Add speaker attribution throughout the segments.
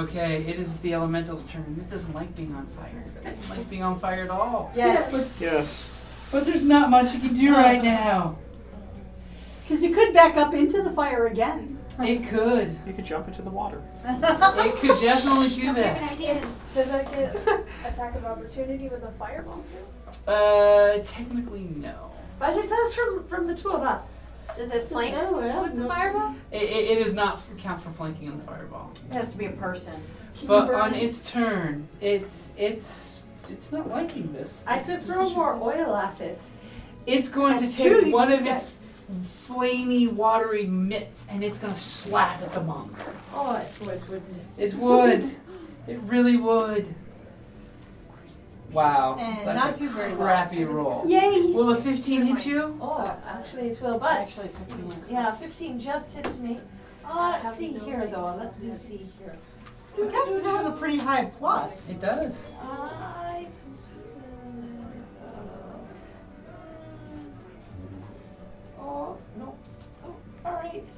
Speaker 1: okay, it is the elemental's turn. It doesn't like being on fire. It doesn't like being on fire at all.
Speaker 2: Yes.
Speaker 3: Yes.
Speaker 1: But there's not much you can do right now.
Speaker 2: Because you could back up into the fire again.
Speaker 1: It could.
Speaker 3: You could jump into the water.
Speaker 1: It could definitely do that.
Speaker 4: Does that get attack of opportunity with a fireball too?
Speaker 1: Uh, technically, no.
Speaker 5: But it says from from the two of us. Is it flanked
Speaker 2: No, yeah,
Speaker 5: with the
Speaker 2: no.
Speaker 5: fireball?
Speaker 1: It, it, it does not count for flanking on the fireball.
Speaker 2: It has to be a person.
Speaker 1: But on its turn, it's it's it's not liking this.
Speaker 5: I
Speaker 1: This-
Speaker 5: could
Speaker 1: this
Speaker 5: throw
Speaker 1: is-
Speaker 5: more oil at it.
Speaker 1: It's going to
Speaker 5: That's
Speaker 1: take
Speaker 5: true, you
Speaker 1: one
Speaker 5: can
Speaker 1: of
Speaker 5: do
Speaker 1: its flamey, watery mitts, and it's going to slap at the monk.
Speaker 5: Oh, it would, wouldn't it?
Speaker 1: It would. it really would. Wow.
Speaker 6: And
Speaker 1: That's
Speaker 6: not
Speaker 1: a
Speaker 6: do very well.
Speaker 1: crappy roll.
Speaker 2: Yay!
Speaker 1: Will a 15 hit you?
Speaker 5: Oh, actually, it will. But
Speaker 6: Actually, 15 is
Speaker 5: yeah, fifteen just hits me. Uh, let's see here though. Let's see here.
Speaker 2: It has, it has a pretty high plus.
Speaker 1: It does.
Speaker 5: I. Oh no! Oh, all right.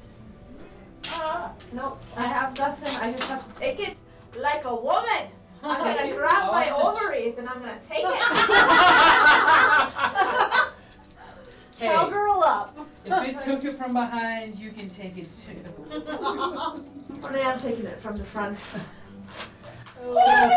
Speaker 5: Uh, no, I have nothing. I just have to take it like a woman. I'm gonna grab my ovaries and I'm gonna take it.
Speaker 1: Hey,
Speaker 2: Cowgirl up.
Speaker 1: if it took it from behind, you can take it too.
Speaker 5: I am taking it from the front.
Speaker 1: So,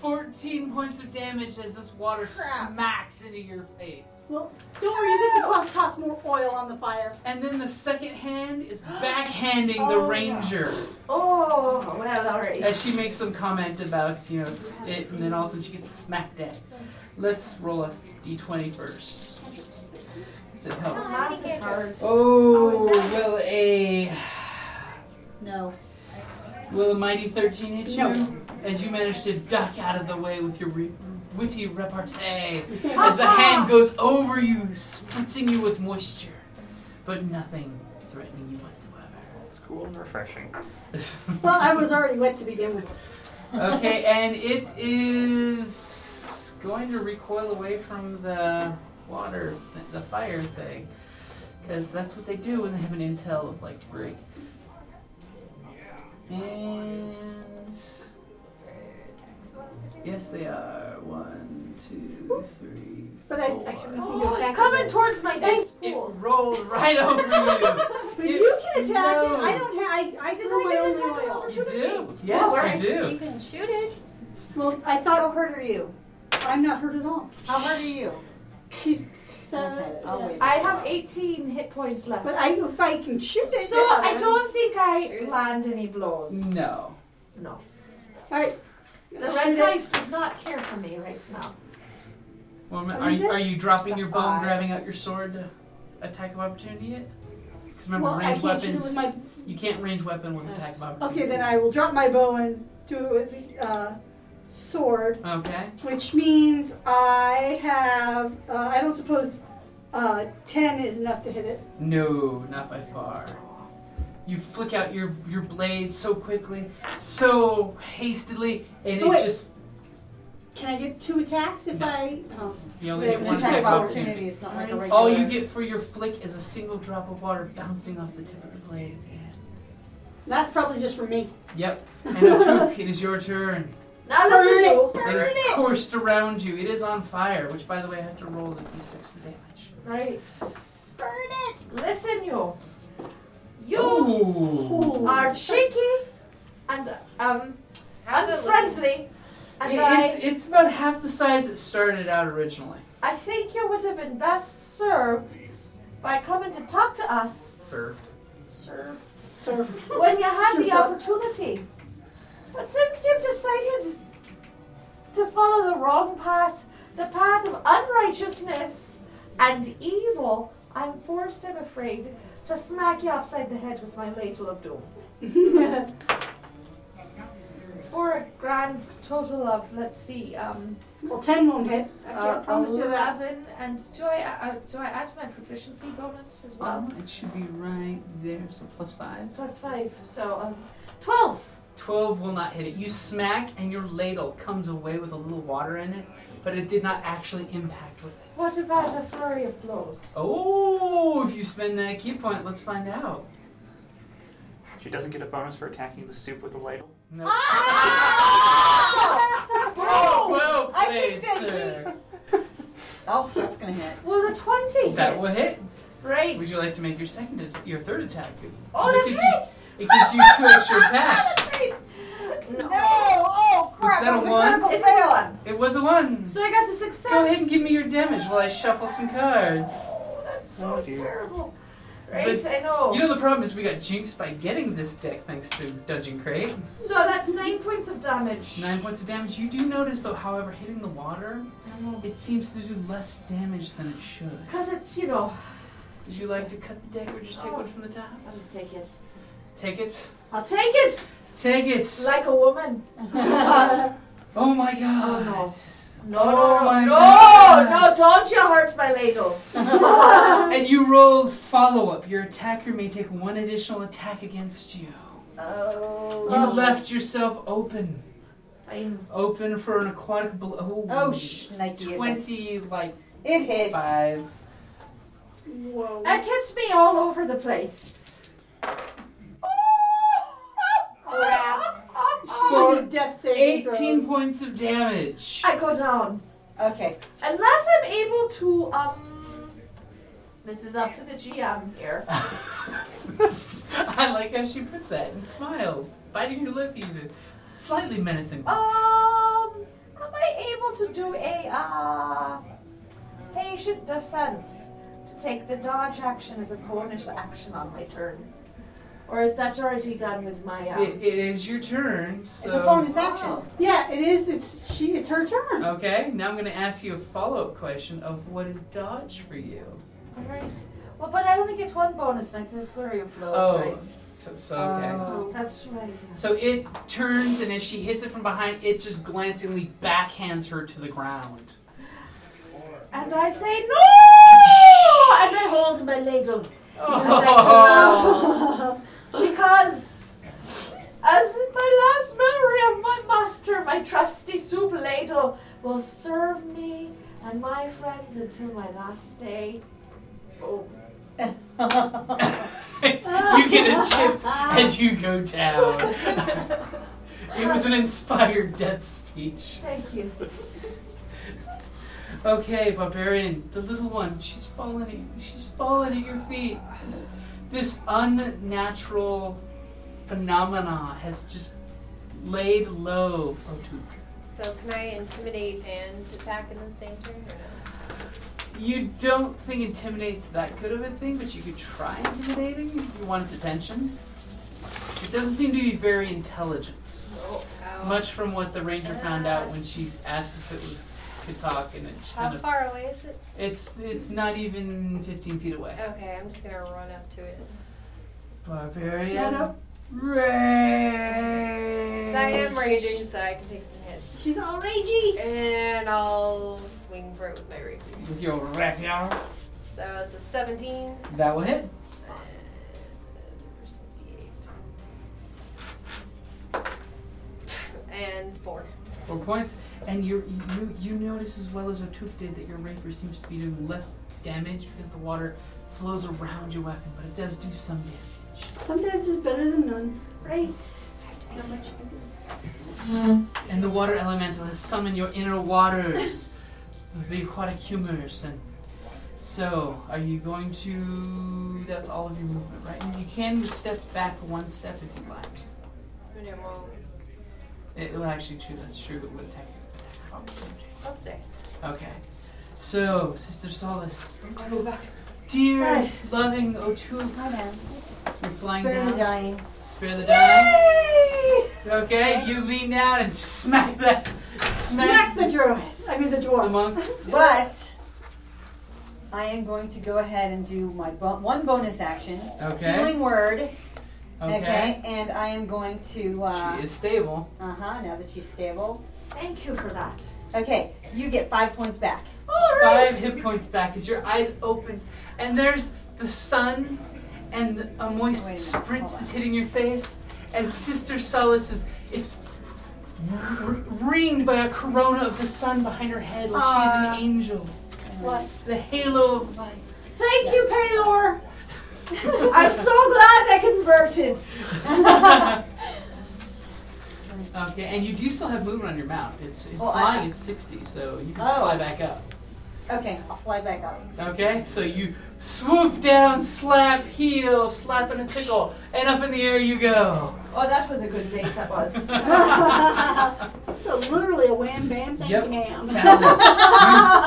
Speaker 1: 14 points of damage as this water smacks into your face.
Speaker 2: Well, don't worry, you get to toss, toss more oil on the fire.
Speaker 1: And then the second hand is backhanding the
Speaker 2: Oh,
Speaker 1: ranger
Speaker 5: Oh well, all right.
Speaker 1: as she makes some comment about, you know, it, and then all of a sudden she gets smacked at. Let's roll a d20 first. Does it help?
Speaker 5: Math is hard.
Speaker 1: Oh, will a
Speaker 2: No.
Speaker 1: will a mighty 13 hit you?
Speaker 2: No.
Speaker 1: As you manage to duck out of the way with your re- witty repartee, as the hand goes over you, spritzing you with moisture, but nothing threatening you whatsoever.
Speaker 3: It's cool and refreshing.
Speaker 2: Well, I was already wet to begin with.
Speaker 1: Okay, and it is going to recoil away from the water, the fire thing, because that's what they do when they have an intel of like three. And yes, they are one, two, three.
Speaker 2: But I, I have nothing to
Speaker 5: Oh,
Speaker 2: attack.
Speaker 5: it's coming towards my dice
Speaker 1: It
Speaker 5: pool.
Speaker 1: rolled right over
Speaker 2: But you can attack
Speaker 1: No.
Speaker 2: it. I don't have. I, I
Speaker 5: Did
Speaker 2: threw
Speaker 5: I
Speaker 2: my
Speaker 5: get an
Speaker 2: own
Speaker 5: attack of
Speaker 2: oil.
Speaker 1: you. You
Speaker 5: opportunity?
Speaker 1: do,
Speaker 5: Works.
Speaker 1: yes, you do.
Speaker 5: can shoot it.
Speaker 2: Well, I thought I'll hurt her you. I'm not hurt at all.
Speaker 6: How hard are you?
Speaker 2: She's. So,
Speaker 6: Okay, I'll wait.
Speaker 5: I have 18 hit points left.
Speaker 2: But I, if I can shoot it,
Speaker 5: so
Speaker 2: yeah,
Speaker 5: I
Speaker 2: then-
Speaker 5: don't think I land any blows.
Speaker 1: No,
Speaker 5: No.
Speaker 2: All right.
Speaker 5: The
Speaker 2: Shoot
Speaker 5: red
Speaker 2: it.
Speaker 5: dice does not care for me right now.
Speaker 1: Well,
Speaker 2: What
Speaker 1: are,
Speaker 2: is
Speaker 1: you,
Speaker 2: it?
Speaker 1: are you dropping your bow and
Speaker 6: Five.
Speaker 1: grabbing out your sword to attack of opportunity yet? Because remember,
Speaker 2: Well, I
Speaker 1: range
Speaker 2: can't shoot it
Speaker 1: weapons.
Speaker 2: with my
Speaker 1: You can't range weapon with attack of opportunity.
Speaker 2: Okay, then I will drop my bow and do it with the uh, sword,
Speaker 1: Okay.
Speaker 2: which means I have. Uh, I don't suppose uh, ten is enough to hit it.
Speaker 1: No, not by far. You flick out your your blade so quickly, so hastily, and
Speaker 2: Oh,
Speaker 1: it
Speaker 2: wait.
Speaker 1: just
Speaker 2: Can I get two attacks if
Speaker 1: No.
Speaker 2: I? Oh.
Speaker 1: You only get
Speaker 7: It's an
Speaker 1: one
Speaker 7: attack
Speaker 1: attack
Speaker 7: of
Speaker 1: opportunity.
Speaker 7: opportunity. It's not like a regular.
Speaker 1: All you get for your flick is a single drop of water bouncing off the tip of the blade.
Speaker 2: That's probably just for me.
Speaker 1: Yep. And Atuk, it is your turn.
Speaker 5: Now
Speaker 2: Burn
Speaker 5: listen
Speaker 2: it.
Speaker 5: to.
Speaker 1: It is coursed around you. It is on fire, which, by the way, I have to roll the d6 for damage.
Speaker 5: Right. Burn it. Listen, you. You
Speaker 1: Ooh.
Speaker 5: are cheeky and um
Speaker 7: How's it look?
Speaker 5: unfriendly, and
Speaker 1: It-
Speaker 5: I
Speaker 1: it's, it's about half the size it started out originally,
Speaker 5: I think you would have been best served by coming to talk to us
Speaker 1: served.
Speaker 5: served,
Speaker 2: Served.
Speaker 5: when you had the
Speaker 2: Served up.
Speaker 5: opportunity. But since you've decided to follow the wrong path, the path of unrighteousness and evil, I'm forced, I'm afraid, to smack you upside the head with my ladle of doom. For a grand total of, let's see, um,
Speaker 2: Well, ten won't hit. I can't
Speaker 5: uh,
Speaker 2: promise you that.
Speaker 5: eleven, and do I uh, do I add my proficiency bonus as well?
Speaker 2: Um.
Speaker 1: Well, it should be right there, so plus five.
Speaker 5: Plus five, so um, twelve.
Speaker 1: 12 will not hit it. You smack, and your ladle comes away with a little water in it, but it did not actually impact with it.
Speaker 5: What about a flurry of blows?
Speaker 1: Oh, if you spend that key point, let's find out.
Speaker 3: She doesn't get a bonus for attacking the soup with a ladle.
Speaker 1: No.
Speaker 6: Oh,
Speaker 1: Well
Speaker 6: I
Speaker 1: played,
Speaker 6: think that he-
Speaker 1: sir.
Speaker 6: Oh, that's gonna hit.
Speaker 5: Well, the twenty.
Speaker 1: That
Speaker 5: hit.
Speaker 1: will hit.
Speaker 5: Right.
Speaker 1: Would you like to make your second, at- your third attack?
Speaker 5: Oh,
Speaker 1: It
Speaker 5: that's
Speaker 1: gives
Speaker 5: right.
Speaker 1: you- It gives you two extra attacks.
Speaker 5: That's right. No.
Speaker 6: No! Oh crap!
Speaker 1: Is that
Speaker 6: That was
Speaker 1: a
Speaker 6: a
Speaker 1: one?
Speaker 6: critical
Speaker 5: It's a
Speaker 6: fail.
Speaker 5: one.
Speaker 1: It was a one.
Speaker 5: So I got a success.
Speaker 1: Go ahead and give me your damage while I shuffle some cards.
Speaker 5: Oh, that's so
Speaker 3: Oh, dear.
Speaker 5: terrible. Right, I know.
Speaker 1: You know the problem is we got jinxed by getting this deck thanks to Dungeon Crate.
Speaker 5: so that's nine points of damage.
Speaker 1: Nine points of damage. You do notice though, however, hitting the water,
Speaker 5: I know.
Speaker 1: it seems to do less damage than it should.
Speaker 5: Because it's you know.
Speaker 1: Would you like to cut the deck or just take one from the top?
Speaker 5: I'll just take it.
Speaker 1: Take it.
Speaker 5: I'll take it
Speaker 1: Take it.
Speaker 5: like a woman.
Speaker 1: Oh my god.
Speaker 5: Oh, no. No,
Speaker 1: Oh
Speaker 5: no,
Speaker 1: my
Speaker 5: no, no,
Speaker 1: God.
Speaker 5: no, don't you hurt my ladle.
Speaker 1: And you roll follow up. Your attacker may take one additional attack against you.
Speaker 6: Oh.
Speaker 1: You left yourself open.
Speaker 5: I'm
Speaker 1: Open for an aquatic blow.
Speaker 6: Oh, shnikey. it hits.
Speaker 1: 20, like
Speaker 6: It hits.
Speaker 1: 5.
Speaker 2: Whoa.
Speaker 5: It hits me all over the place.
Speaker 6: Crap.
Speaker 2: Oh, your death saving
Speaker 1: 18
Speaker 2: throws.
Speaker 1: points of damage.
Speaker 5: I go down.
Speaker 6: Okay.
Speaker 5: Unless I'm able to, um. This is up to the GM here.
Speaker 1: I like how she puts that and smiles, biting her lip even. Slightly menacing.
Speaker 6: Oh,
Speaker 5: Um. Am I able to do a, uh. Patient defense to take the dodge action as a bonus action on my turn? Or is that already done with my, uh.
Speaker 1: It, it is your turn, so.
Speaker 6: It's a bonus action.
Speaker 2: Yeah, it is. It's she. It's her turn.
Speaker 1: Okay, now I'm going to ask you a follow up question of what is dodge for you?
Speaker 5: Alright. Well, but I only get one bonus, and I did a flurry of blows,
Speaker 6: Oh,
Speaker 1: Oh.
Speaker 5: right?
Speaker 1: so, so okay.
Speaker 6: Uh,
Speaker 5: Oh, that's right.
Speaker 1: so it turns, and as she hits it from behind, it just glancingly backhands her to the ground.
Speaker 5: And I say no, and I hold my ladle Oh. because, as with my last memory of my master, my trusty soup ladle will serve me and my friends until my last day. Oh,
Speaker 1: you get a chip as you go down. it was an inspired death speech.
Speaker 5: thank you.
Speaker 1: Okay, barbarian, the little one, she's fallen. At, she's fallen at your feet. This, this unnatural phenomena has just laid low. Otuk.
Speaker 7: So can I intimidate and attack in the same turn? Or
Speaker 1: You don't think intimidate's that good of a thing, but you could try intimidating if you want its attention. It doesn't seem to be very intelligent.
Speaker 7: no? Oh,
Speaker 1: Much from what the ranger found out when she asked if it was could talk, and it she
Speaker 7: How
Speaker 1: kind of,
Speaker 7: far away is it?
Speaker 1: it's it's not even 15 feet away.
Speaker 7: Okay, I'm just gonna run up to it.
Speaker 1: Barbarian.
Speaker 2: Get up.
Speaker 1: Rage.
Speaker 7: 'Cause I am raging, so I can take some hits.
Speaker 2: She's all ragey.
Speaker 7: And I'll swing for it with my rapier.
Speaker 1: With your rapier.
Speaker 7: So it's a 17.
Speaker 1: That will hit.
Speaker 7: Awesome. And 4.
Speaker 1: four points, and you you you notice as well as Otuk did that your rapier seems to be doing less damage because the water flows around your weapon, but it does do some damage.
Speaker 2: Sometimes it's better than none.
Speaker 5: Right.
Speaker 1: And the water elemental has summoned your inner waters, the aquatic humors, and so are you going to? That's all of your movement, right? And you can step back one step if you like.
Speaker 7: And it won't.
Speaker 1: It will actually true. That's true. It would attack you. Opportunity.
Speaker 7: I'll stay.
Speaker 1: Okay. So, Sister Solace, dear loving Otu, you're flying
Speaker 6: Spare the
Speaker 1: down.
Speaker 6: dying.
Speaker 1: Spare the die. Okay, you lean down and smack that.
Speaker 2: Smack
Speaker 1: Smack,
Speaker 2: the druid. I mean the
Speaker 1: the
Speaker 2: dwarf.
Speaker 1: monk.
Speaker 6: But I am going to go ahead and do my bo- one bonus action.
Speaker 1: Okay.
Speaker 6: Healing word. Okay.
Speaker 1: Okay.
Speaker 6: And I am going to. Uh
Speaker 1: She is stable.
Speaker 6: huh. Now that she's stable.
Speaker 5: Thank you for that.
Speaker 6: Okay. You get five points back.
Speaker 5: All right.
Speaker 1: Five hit points back as your eyes open, and there's the sun, and a moist
Speaker 6: Wait a minute,
Speaker 1: spritz
Speaker 6: hold
Speaker 1: is hitting your face, and Sister Solace is is r- ringed by a corona of the sun behind her head, like
Speaker 6: Uh,
Speaker 1: she's an angel.
Speaker 2: What?
Speaker 1: The halo of light.
Speaker 5: Thank you, Paylor.
Speaker 2: I'm so glad I converted.
Speaker 1: Okay, and you do still have movement on your mount. It's, it's
Speaker 6: Well, I-
Speaker 1: flying at 60, so you can
Speaker 6: Oh.
Speaker 1: fly back up.
Speaker 6: Okay. I'll fly back up.
Speaker 1: Okay, so you swoop down, slap, heel, slap and a tickle, and up in the air you go.
Speaker 5: Oh, that was a good date. That was.
Speaker 2: So literally a wham bam thank
Speaker 1: Yep.
Speaker 2: you, ma'am.
Speaker 1: Talon,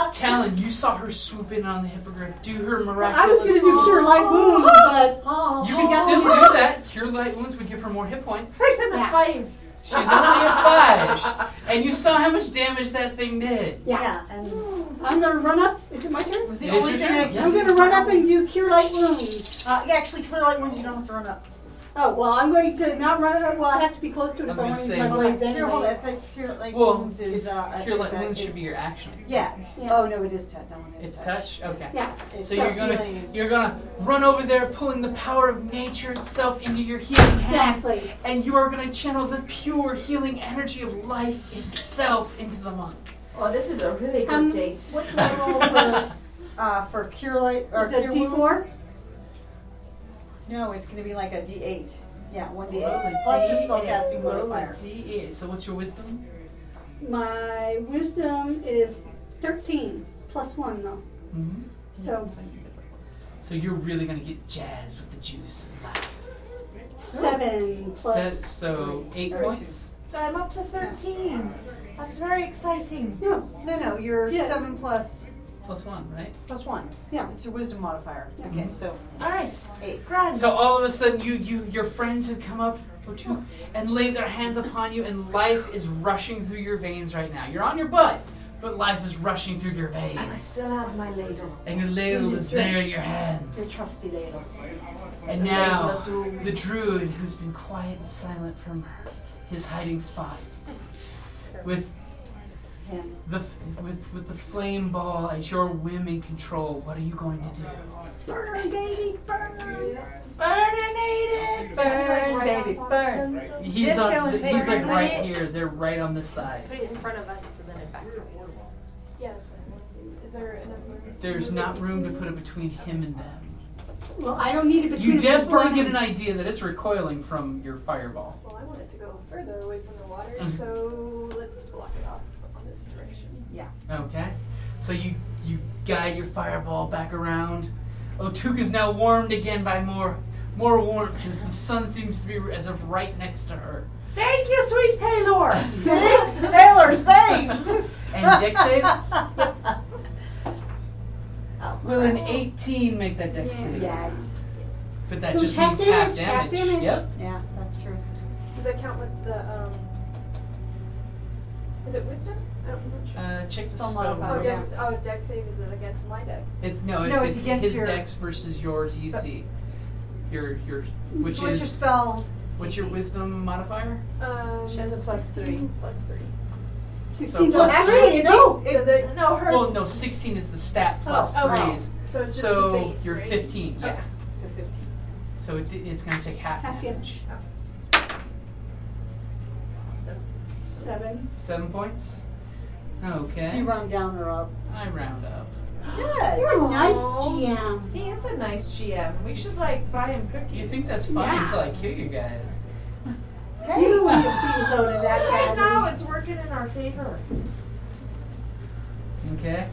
Speaker 1: you, Talon, you saw her swoop in on the hippogriff, do her
Speaker 2: I
Speaker 1: miraculous.
Speaker 2: was gonna do cure light wounds, but
Speaker 5: Oh,
Speaker 1: You can still do that. Cure light wounds would give her more hit points.
Speaker 5: I'm at five.
Speaker 1: She's only at five, and you saw how much damage that thing did.
Speaker 2: yeah.
Speaker 6: Yeah. And
Speaker 2: I'm gonna run up. Is it my turn?
Speaker 6: was
Speaker 1: It is your turn?
Speaker 2: I'm gonna run up and do cure light wounds.
Speaker 6: Uh, yeah, actually, clear light ones you don't have to run up.
Speaker 2: Oh well, I'm going to not run up. Well, I have to be close to it
Speaker 1: I'm
Speaker 2: if I
Speaker 1: gonna
Speaker 2: want to use
Speaker 1: say-
Speaker 2: my
Speaker 1: Well,
Speaker 6: Well,
Speaker 2: blades
Speaker 6: clear, hold
Speaker 2: anyway.
Speaker 6: it. But clear light
Speaker 1: Well,
Speaker 6: wounds is.
Speaker 1: it's,
Speaker 6: Uh,
Speaker 1: cure light
Speaker 6: is a-
Speaker 1: wounds
Speaker 6: is-
Speaker 1: should be your action.
Speaker 6: Yeah.
Speaker 2: Yeah.
Speaker 6: Oh no, it is touch. That one is
Speaker 1: It's touch. Okay.
Speaker 2: Yeah.
Speaker 6: It's
Speaker 1: So you're gonna
Speaker 6: healing.
Speaker 1: you're gonna run over there, pulling the power of nature itself into your healing hand,
Speaker 2: Exactly.
Speaker 1: and you are gonna channel the pure healing energy of life itself into the monk.
Speaker 5: Oh, this is a really good
Speaker 2: Um,
Speaker 5: date.
Speaker 2: What do I roll for?
Speaker 6: Uh, for cure light or
Speaker 2: Is it
Speaker 6: cure
Speaker 2: D4?
Speaker 6: wounds? No, it's gonna be like a D8. Yeah, one
Speaker 1: Roll
Speaker 6: D8
Speaker 1: a
Speaker 6: plus your
Speaker 1: D8.
Speaker 6: spellcasting
Speaker 1: Roll a
Speaker 6: modifier.
Speaker 1: D8. So what's your wisdom?
Speaker 2: My wisdom is 13 plus one though.
Speaker 1: Mm-hmm.
Speaker 2: So
Speaker 1: So, you get the plus. so you're really gonna get jazzed with the juice and life.
Speaker 2: seven plus.
Speaker 1: Set- so eight
Speaker 6: or
Speaker 1: points.
Speaker 5: So I'm up to 13. That's very exciting.
Speaker 2: No,
Speaker 6: No, no, you're
Speaker 2: Yeah.
Speaker 6: seven plus
Speaker 1: Plus one, right?
Speaker 6: plus one.
Speaker 2: Yeah.
Speaker 6: it's your wisdom modifier.
Speaker 2: Yeah.
Speaker 6: Okay, so
Speaker 5: All right.
Speaker 6: eight.
Speaker 5: Grand.
Speaker 1: So all of a sudden, you, you your friends have come up or two and laid their hands upon you, and life is rushing through your veins right now. You're on your butt, but life is rushing through your
Speaker 5: and I
Speaker 1: veins,
Speaker 5: still have my ladle.
Speaker 1: and your ladle is there in your
Speaker 5: Your
Speaker 1: hands.
Speaker 5: trusty ladle.
Speaker 1: And
Speaker 5: The ladle
Speaker 1: now
Speaker 5: of doom.
Speaker 1: the druid, who's been quiet and silent from his hiding spot, with
Speaker 6: Him.
Speaker 1: the f- with with the flame ball as your whim and control, what are you going to do?
Speaker 2: burn, baby, burn.
Speaker 5: Burninated!
Speaker 6: Burn, baby, burn.
Speaker 1: He's
Speaker 7: Disco
Speaker 1: on,
Speaker 7: and
Speaker 1: he's like
Speaker 7: Baby.
Speaker 1: right here. They're right on this side.
Speaker 7: Put it in front of us so then it backs up.
Speaker 4: Yeah, that's what I want. Is there enough room?
Speaker 1: There's not room to put it between him and them.
Speaker 2: Well, I don't need it between.
Speaker 1: You
Speaker 2: them, just
Speaker 1: definitely
Speaker 2: one.
Speaker 1: get an idea that it's recoiling from your fireball.
Speaker 4: Well, I want it to go further away from the water,
Speaker 1: Mhm.
Speaker 4: so let's block it off on this direction.
Speaker 1: Okay, so you you guide your fireball back around. Otuk is now warmed again by more more warmth as the sun seems to be as of right next to her.
Speaker 5: Thank you, sweet Paylor!
Speaker 6: See? Baylor saves!
Speaker 1: And deck save.
Speaker 6: Oh,
Speaker 1: Will an 18 make that deck save?
Speaker 6: yes.
Speaker 1: But that
Speaker 2: So
Speaker 1: just
Speaker 2: half
Speaker 1: means half
Speaker 2: damage,
Speaker 1: damage.
Speaker 2: half damage.
Speaker 1: Yep.
Speaker 6: Yeah, that's true.
Speaker 4: Does that count with the, um, is it wisdom? I don't, I'm not sure.
Speaker 1: Uh, check the
Speaker 6: Spell
Speaker 1: spell
Speaker 6: modifier.
Speaker 4: Oh,
Speaker 1: modifier.
Speaker 4: dex, oh, dex save is it against my dex?
Speaker 1: It's no, it's,
Speaker 6: No, it's against
Speaker 1: his
Speaker 6: your-
Speaker 1: dex versus your DC. Your your which
Speaker 6: so
Speaker 1: is
Speaker 6: what's your spell?
Speaker 1: what's your
Speaker 6: DC?
Speaker 1: wisdom modifier?
Speaker 4: Um,
Speaker 7: She has a plus three.
Speaker 4: 16 Plus three.
Speaker 2: 16
Speaker 1: So-
Speaker 6: Well,
Speaker 2: plus
Speaker 6: actually, you know.
Speaker 4: Does it, no, her,
Speaker 1: Well, no, 16 is the stat plus
Speaker 4: Oh,
Speaker 1: three
Speaker 6: okay.
Speaker 1: is-
Speaker 4: so it's just
Speaker 1: so
Speaker 4: the base,
Speaker 1: you're
Speaker 4: right?
Speaker 1: 15. Yeah.
Speaker 4: Okay.
Speaker 6: So 15.
Speaker 1: So it, it's gonna take half.
Speaker 2: Half
Speaker 1: damage.
Speaker 2: damage. Seven.
Speaker 1: Seven points.
Speaker 6: Do you
Speaker 1: Okay.
Speaker 6: run down or up?
Speaker 1: I round up.
Speaker 5: Good.
Speaker 2: You're a nice
Speaker 5: Aw.
Speaker 2: GM.
Speaker 5: He is a nice GM. We should like buy him cookies.
Speaker 1: You think that's fine
Speaker 2: Yeah.
Speaker 1: until I kill you guys.
Speaker 2: You want your feet out of that
Speaker 5: Right now,
Speaker 2: guy.
Speaker 5: it's working in our favor.
Speaker 1: Okay.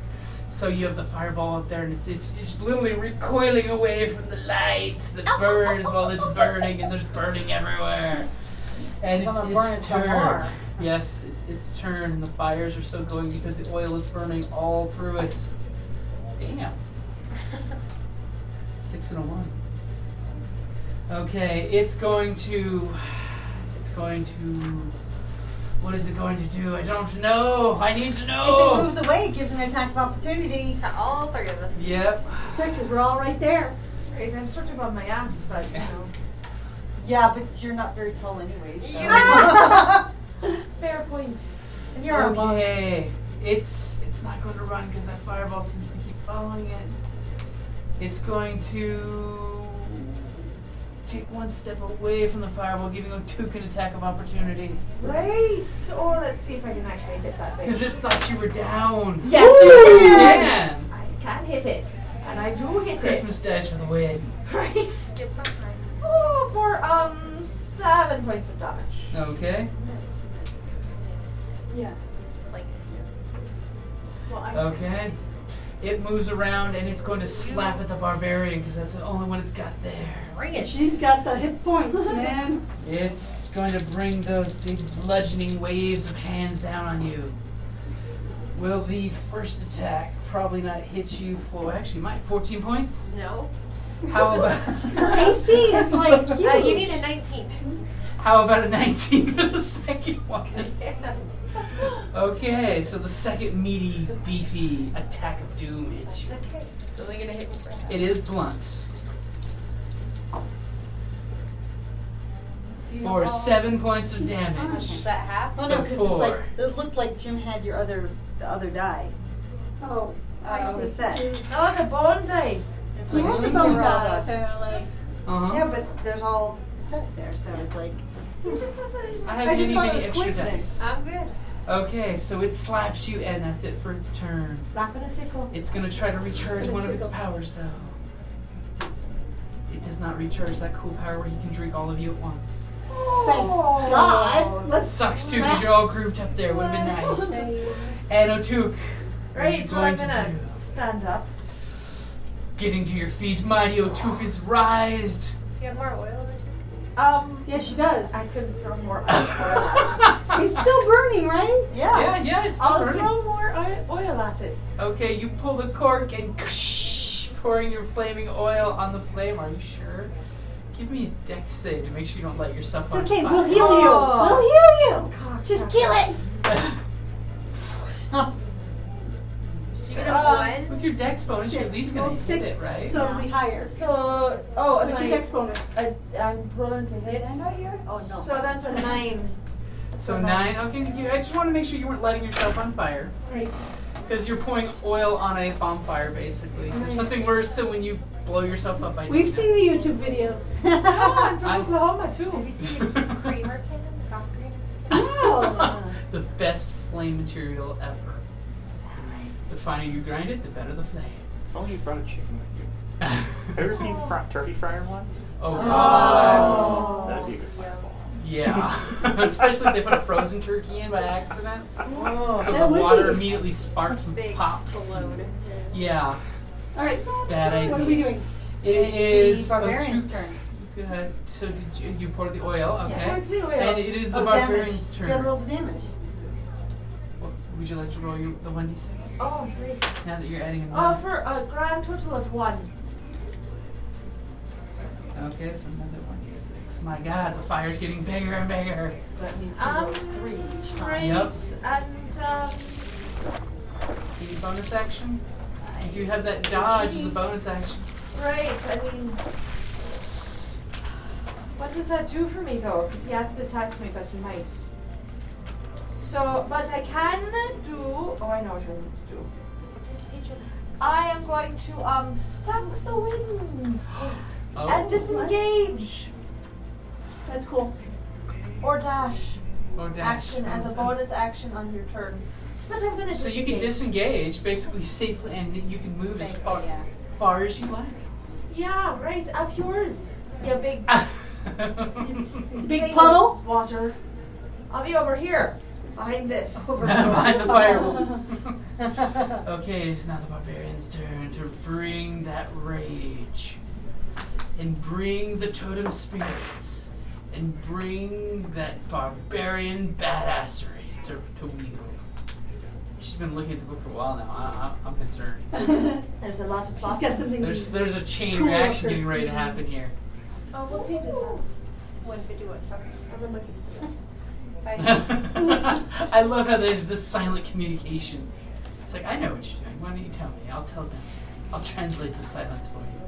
Speaker 1: So you have the fireball up there, and it's it's, it's literally recoiling away from the light that burns while it's burning, and there's burning everywhere. And it's
Speaker 6: Well, it burns
Speaker 1: its
Speaker 6: some
Speaker 1: turn.
Speaker 6: more.
Speaker 1: Yes, it's its turn. and The fires are still going because the oil is burning all through it. Damn. Six and a one. Okay, it's going to. It's going to. What is it going to do? I don't know. I need to know.
Speaker 6: If it moves away, it gives an attack of opportunity.
Speaker 7: To all three of us.
Speaker 1: Yep.
Speaker 2: It's because we're all right there.
Speaker 5: Right, I'm sort of on my ass, but you know.
Speaker 6: Yeah, but you're not very tall anyway, so.
Speaker 5: Fair point.
Speaker 6: And you're a monk.
Speaker 1: okay. It's it's not going to run because that fireball seems to keep following it. It's going to take one step away from the fireball, giving a token attack of opportunity
Speaker 5: Right. So Oh, let's see if I can actually hit that
Speaker 1: because
Speaker 5: bitch.
Speaker 1: it thought you were down.
Speaker 6: Yes, you did!
Speaker 1: Man,
Speaker 5: I can hit it, and I do hit
Speaker 1: Christmas dice for the win.
Speaker 5: it. Right. Oh, for um seven points of damage.
Speaker 1: Okay.
Speaker 2: Yeah.
Speaker 7: Like-
Speaker 2: Well, I,
Speaker 1: Okay. It moves around and it's going to slap at the barbarian because that's the only one it's got there.
Speaker 7: Bring it.
Speaker 2: she's got the hit points, man.
Speaker 1: It's going to bring those big bludgeoning waves of hands down on you. Will the first attack probably not hit you for actually might 14 points?
Speaker 7: No.
Speaker 1: How about
Speaker 2: AC is like huge.
Speaker 7: Uh, you need a 19.
Speaker 1: How about a 19 for the second one? Okay, so the second meaty, beefy attack of doom hits you.
Speaker 7: Okay. So we're gonna hit him for half.
Speaker 1: It is blunt.
Speaker 7: Do you have
Speaker 1: For
Speaker 7: all-
Speaker 1: seven points of damage.
Speaker 7: Is that half?
Speaker 6: Oh
Speaker 1: So
Speaker 6: no, because it's like
Speaker 1: four.
Speaker 6: it looked like Jim had your other the other die.
Speaker 2: Oh, I
Speaker 6: Oh,
Speaker 2: see.
Speaker 6: the set.
Speaker 5: Oh, the bone die.
Speaker 6: It's
Speaker 2: Well,
Speaker 6: like
Speaker 2: that's
Speaker 6: you
Speaker 2: about
Speaker 6: were all
Speaker 2: right.
Speaker 6: the-
Speaker 2: Apparently.
Speaker 1: Uh-huh.
Speaker 6: yeah, but there's all set there, so it's like
Speaker 5: He just doesn't.
Speaker 1: I have
Speaker 5: I
Speaker 6: I
Speaker 1: many,
Speaker 6: just thought it
Speaker 1: many
Speaker 6: was
Speaker 1: extra
Speaker 6: coincidence.
Speaker 1: dice.
Speaker 7: I'm good.
Speaker 1: Okay, so it slaps you, and that's it for its turn.
Speaker 5: Snap and a tickle.
Speaker 1: It's gonna try to recharge one of its powers, though. It does not recharge that cool power where you can drink all of you at once.
Speaker 5: Oh,
Speaker 6: God.
Speaker 5: that's
Speaker 6: Let's
Speaker 1: Sucks too, because you're all grouped up there. Would have been nice.
Speaker 5: nice.
Speaker 1: And Otuk,
Speaker 5: Right, so I'm
Speaker 1: Going to
Speaker 5: gonna
Speaker 1: do.
Speaker 5: stand up.
Speaker 1: getting to your feet, mighty Otuk is rised.
Speaker 7: Do you have more oil than two?
Speaker 5: Um,
Speaker 2: Yeah, she does.
Speaker 5: I couldn't throw more Uh, oil.
Speaker 2: It's
Speaker 1: yeah,
Speaker 2: still burning, right?
Speaker 6: yeah.
Speaker 1: yeah, it's still
Speaker 5: I'll
Speaker 1: burning.
Speaker 5: throw more oil, oil at it.
Speaker 1: Okay, you pull the cork and pouring your flaming oil on the flame. Are you sure? Give me a deck save to make sure you don't light yourself
Speaker 2: It's
Speaker 1: on
Speaker 2: okay.
Speaker 1: fire.
Speaker 2: We'll heal
Speaker 6: Oh.
Speaker 2: you. We'll heal you. Just kill it.
Speaker 7: Did you get a
Speaker 5: Uh,
Speaker 7: one?
Speaker 1: With your dex bonus, you're at least
Speaker 2: She
Speaker 1: gonna
Speaker 2: rolled
Speaker 1: hit
Speaker 2: six,
Speaker 1: it, right?
Speaker 2: So it'll be higher.
Speaker 5: So, oh, and
Speaker 2: What's
Speaker 5: I,
Speaker 2: your dex bonus?
Speaker 5: I, I'm rolling to hit.
Speaker 6: Oh no.
Speaker 5: So that's a nine.
Speaker 1: So nine. Okay, you, I just want to make sure you weren't lighting yourself on fire
Speaker 5: Right.
Speaker 1: because you're pouring oil on a bonfire, basically. There's
Speaker 5: Nice.
Speaker 1: nothing worse than when you blow yourself up by.
Speaker 2: We've
Speaker 1: doing
Speaker 2: seen the YouTube videos.
Speaker 5: No, I'm from
Speaker 1: I'm-
Speaker 5: Oklahoma too.
Speaker 7: Have you seen the creamer cannon? The cough creamer?
Speaker 1: that. the best flame material ever. The finer you grind it, the better the flame.
Speaker 3: Only you Oh, brought a chicken with you. Have you
Speaker 1: oh
Speaker 3: ever seen fr- turkey fryer ones?
Speaker 1: God.
Speaker 2: Oh.
Speaker 3: That'd be a good fireball.
Speaker 1: Yeah. Especially if they put a frozen turkey in by accident, so
Speaker 2: Oh. That
Speaker 1: the
Speaker 2: would
Speaker 1: water
Speaker 2: be-
Speaker 1: immediately sparks and
Speaker 7: Big
Speaker 1: pops.
Speaker 7: explode.
Speaker 1: Yeah.
Speaker 2: All right.
Speaker 1: Bad idea.
Speaker 2: What are we doing?
Speaker 1: It
Speaker 6: It's
Speaker 1: is
Speaker 6: the barbarian's
Speaker 1: Otuk's-
Speaker 6: turn.
Speaker 1: Good. So did you, you poured the oil, okay?
Speaker 5: Where's Oh, the oil?
Speaker 1: And it is the
Speaker 6: Oh,
Speaker 1: barbarian's
Speaker 6: damage. You gotta
Speaker 1: turn.
Speaker 6: roll the damage.
Speaker 1: What- Would you like to roll your, the one d six?
Speaker 5: Oh, great.
Speaker 1: Now that you're adding
Speaker 5: Oh,
Speaker 1: another.
Speaker 5: for a grand total of one.
Speaker 1: Okay, so another one d six. My God, the fire's getting bigger and bigger.
Speaker 6: So that means he
Speaker 5: Um,
Speaker 6: rolls three each time.
Speaker 5: Great.
Speaker 1: Yep.
Speaker 5: And um,
Speaker 1: Do you bonus action? You do have that dodge as a bonus action.
Speaker 5: right. I mean, what does that do for me though? Because he hasn't attacked me, but he might. So, but I can do. Oh, I know what I need to do. I am going to um step with the wind
Speaker 1: Oh,
Speaker 5: and disengage
Speaker 2: That's cool.
Speaker 5: or dash.
Speaker 1: Or dash.
Speaker 5: action as a bonus action on your turn. But I'm gonna
Speaker 1: So you can
Speaker 5: disengage.
Speaker 1: disengage basically safely, and you can move as
Speaker 7: Safely,
Speaker 1: far,
Speaker 7: yeah.
Speaker 1: far as you like.
Speaker 5: Yeah, right. Up yours. Yeah, big
Speaker 2: Big puddle?
Speaker 5: water. I'll be over here, behind this.
Speaker 1: Behind the firewall. okay, it's now the barbarian's turn to bring that rage. And bring the totem spirits. And bring that barbarian badassery to, to wield. She's been looking at the book for a while now. I, I, I'm concerned.
Speaker 5: There's a lot of
Speaker 2: She's
Speaker 5: plot.
Speaker 2: got something.
Speaker 1: There's there's a chain
Speaker 2: Cool
Speaker 1: reaction getting
Speaker 2: person.
Speaker 1: ready to happen here.
Speaker 5: Oh, what page is that?
Speaker 7: 151. Sorry.
Speaker 5: I've been looking.
Speaker 1: I love how they did this silent communication. It's like I know what you're doing. Why don't you tell me? I'll tell them. I'll translate the silence for you.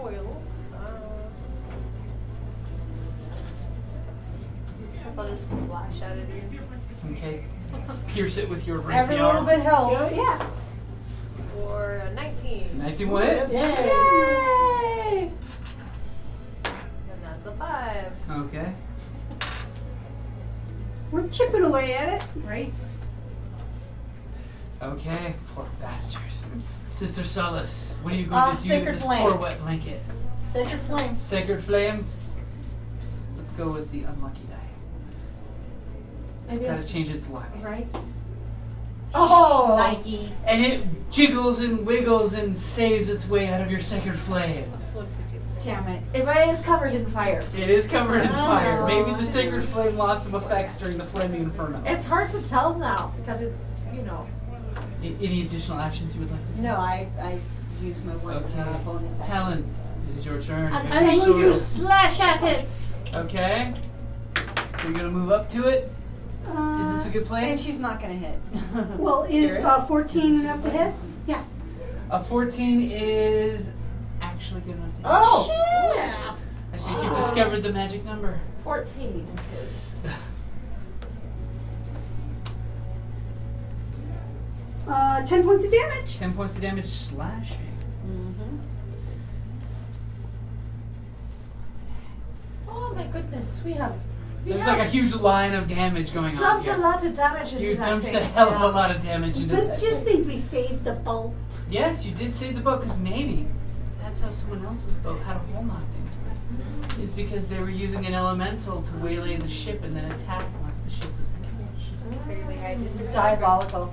Speaker 7: Oil. Uh, I'll just slash out of you.
Speaker 1: Okay. Pierce it with your rapier.
Speaker 2: Every little bit helps. Oh, Yeah.
Speaker 7: For a 19.
Speaker 1: Nancy what?
Speaker 2: Yeah.
Speaker 5: Yay!
Speaker 7: And that's a 5.
Speaker 1: Okay.
Speaker 2: We're chipping away at it.
Speaker 5: Grace.
Speaker 1: Okay. Poor bastard. Sister Solace, what are you going
Speaker 6: Uh,
Speaker 1: to do
Speaker 6: sacred
Speaker 1: with this
Speaker 6: flame.
Speaker 1: poor wet blanket?
Speaker 6: Set your flames.
Speaker 1: Sacred flame. Let's go with the unlucky die. It's
Speaker 5: Maybe
Speaker 1: got to
Speaker 5: it's-
Speaker 1: change its luck.
Speaker 5: Right.
Speaker 6: Oh, Nike.
Speaker 1: And it jiggles and wiggles and saves its way out of your sacred flame.
Speaker 7: That's 152.
Speaker 6: Damn it.
Speaker 5: If I is covered in fire.
Speaker 1: It is covered in
Speaker 6: Oh.
Speaker 1: fire. Maybe the sacred flame lost some effects during the flaming inferno.
Speaker 5: It's hard to tell now because it's you know.
Speaker 1: A- Any additional actions you would like to
Speaker 6: No, I I used my one
Speaker 1: Okay.
Speaker 6: uh, bonus
Speaker 1: do?
Speaker 6: action.
Speaker 1: Talon, it is your turn.
Speaker 5: I'm
Speaker 1: Mr.
Speaker 5: going
Speaker 1: Soil.
Speaker 6: Slash at it.
Speaker 1: Okay. So you're gonna move up to it. Is this a good place?
Speaker 6: And she's not gonna hit.
Speaker 2: Well, is
Speaker 1: Here.
Speaker 2: uh, 14 enough to hit?
Speaker 1: Nice.
Speaker 2: Yeah.
Speaker 1: A 14 is actually good enough to hit.
Speaker 6: Oh!
Speaker 2: Oh!
Speaker 6: Yeah.
Speaker 1: I think you discovered the magic number.
Speaker 5: 14 is.
Speaker 2: Uh, 10 points of damage.
Speaker 1: 10 points of damage slashing.
Speaker 5: Oh my goodness, we have. We
Speaker 1: There's
Speaker 5: have
Speaker 1: like a huge line of damage going on.
Speaker 5: dumped a
Speaker 1: here.
Speaker 5: lot of damage into
Speaker 1: You
Speaker 5: that
Speaker 1: dumped
Speaker 5: thing.
Speaker 1: a hell of
Speaker 5: Yeah.
Speaker 1: a lot of damage into
Speaker 2: But
Speaker 1: that.
Speaker 2: just think we saved the boat.
Speaker 1: Yes, you did save the boat because maybe that's how someone else's boat had a hole knocked into it. Is because they were using an elemental to waylay the ship and then attack once the ship was damaged.
Speaker 7: Clearly, I
Speaker 1: Mm.
Speaker 7: didn't.
Speaker 6: Diabolical.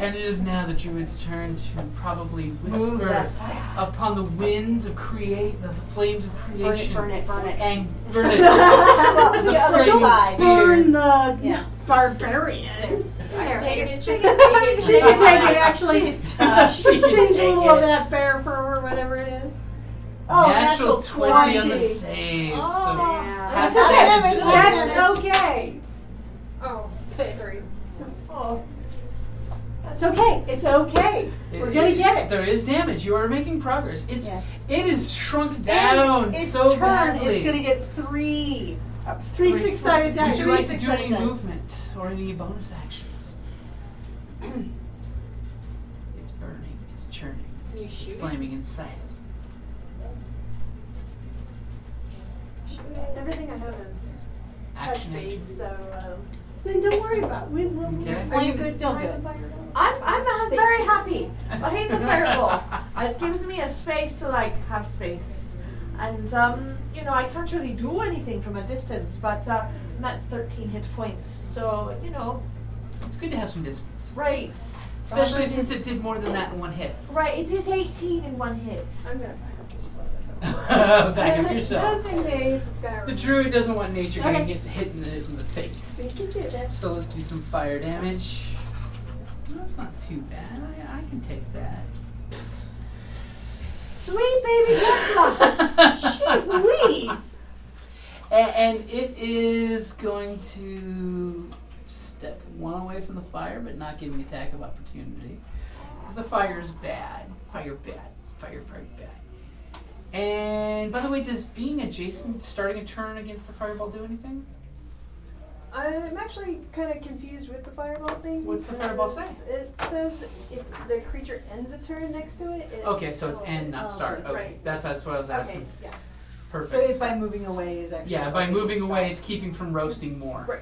Speaker 1: And it is now the druid's turn to probably
Speaker 6: Move
Speaker 1: whisper
Speaker 6: that fire.
Speaker 1: upon the winds of create the flames of
Speaker 6: Burn it,
Speaker 1: creation
Speaker 6: burn it, burn it.
Speaker 1: and burn it.
Speaker 6: Well,
Speaker 1: The
Speaker 6: the other
Speaker 1: flaming
Speaker 6: side.
Speaker 2: Burn the
Speaker 6: Yeah.
Speaker 2: barbarian.
Speaker 7: Take it, take
Speaker 2: She
Speaker 7: it, take
Speaker 2: can
Speaker 7: it.
Speaker 2: take it, actually. She
Speaker 1: She can
Speaker 2: sings a
Speaker 1: take
Speaker 2: little of
Speaker 1: it.
Speaker 2: that bear fur or whatever it is.
Speaker 6: Oh,
Speaker 1: natural,
Speaker 6: natural
Speaker 1: 20, on the
Speaker 6: 20.
Speaker 1: save.
Speaker 6: Oh.
Speaker 1: So
Speaker 6: Yeah.
Speaker 1: half
Speaker 2: That's
Speaker 6: That's okay.
Speaker 1: damage is
Speaker 2: okay.
Speaker 6: That's
Speaker 1: lost.
Speaker 2: That's okay.
Speaker 7: Oh, very.
Speaker 5: Oh,
Speaker 2: It's okay. It's okay. We're gonna get it.
Speaker 1: There is damage. You are making progress. It's
Speaker 6: Yes.
Speaker 1: it is shrunk down
Speaker 2: And it's
Speaker 1: so
Speaker 2: turned.
Speaker 1: badly.
Speaker 2: It's gonna get three, uh, three six-sided
Speaker 1: Would
Speaker 2: dice.
Speaker 1: you like to do any movement or any bonus actions? it's burning. It's churning.
Speaker 7: Can you
Speaker 1: It's
Speaker 7: shoot it?
Speaker 1: flaming inside. it.
Speaker 7: Shoot it. Everything I have is touch
Speaker 1: Action.
Speaker 7: base,
Speaker 1: action.
Speaker 7: so. um,
Speaker 2: Then don't worry about it. We will.
Speaker 1: Okay.
Speaker 6: Flame is still
Speaker 7: try to
Speaker 6: good.
Speaker 7: fire it out.
Speaker 5: I'm I'm uh, very happy. I hate the fireball. It gives me a space to like have space, and um, you know I can't really do anything from a distance. But uh, I'm at 13 hit points, so you know,
Speaker 1: It's good to have some distance,
Speaker 5: right.
Speaker 1: especially
Speaker 5: Rather
Speaker 1: since
Speaker 5: than-
Speaker 1: it did more than that in one hit.
Speaker 5: right. It did 18 in one hit.
Speaker 7: I'm gonna back up this
Speaker 1: Back up
Speaker 7: Just
Speaker 1: yourself.
Speaker 7: in case, it's got
Speaker 1: The druid doesn't want nature getting
Speaker 2: Okay.
Speaker 1: hit hit in the, in the face.
Speaker 7: We can do this.
Speaker 1: So let's do some fire damage. Well, that's not too bad. I, I can take that.
Speaker 5: Sweet baby Tesla.
Speaker 2: Jeez Louise.
Speaker 1: A- And it is going to step one away from the fire, but not give an attack of opportunity. Because the fire is bad. Fire bad. Fire, fire bad. And by the way, does being adjacent, starting a turn against the fireball, do anything?
Speaker 7: I'm actually kind of confused with the fireball thing.
Speaker 1: What's the fireball
Speaker 7: because
Speaker 1: say?
Speaker 7: It says if the creature ends a turn next to it. It's
Speaker 1: Okay, so it's
Speaker 7: still-
Speaker 1: end, not
Speaker 7: um,
Speaker 1: start. Okay,
Speaker 7: Right.
Speaker 1: that's, that's what I was
Speaker 7: Okay.
Speaker 1: asking.
Speaker 7: Yeah.
Speaker 1: Perfect.
Speaker 6: So it's by moving away is actually.
Speaker 1: Yeah, by
Speaker 6: okay.
Speaker 1: moving away, it's keeping from roasting more.
Speaker 7: Right.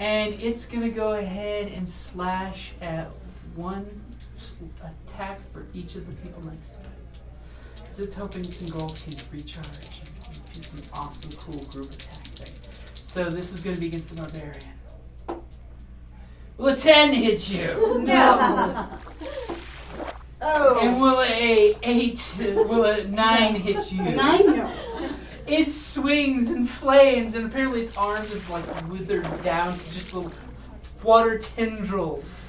Speaker 1: and it's gonna go ahead and slash at one sl- attack for each of the people next to it. Because it's hoping its engulf can recharge and do some awesome, cool group attack thing. So this is gonna be against the barbarian. Will a 10 hit you?
Speaker 5: No.
Speaker 1: And
Speaker 6: Oh,
Speaker 1: will a 8, will a 9 hit you?
Speaker 6: nine. No.
Speaker 1: It swings and flames, and apparently its arms have like withered down to just little water tendrils.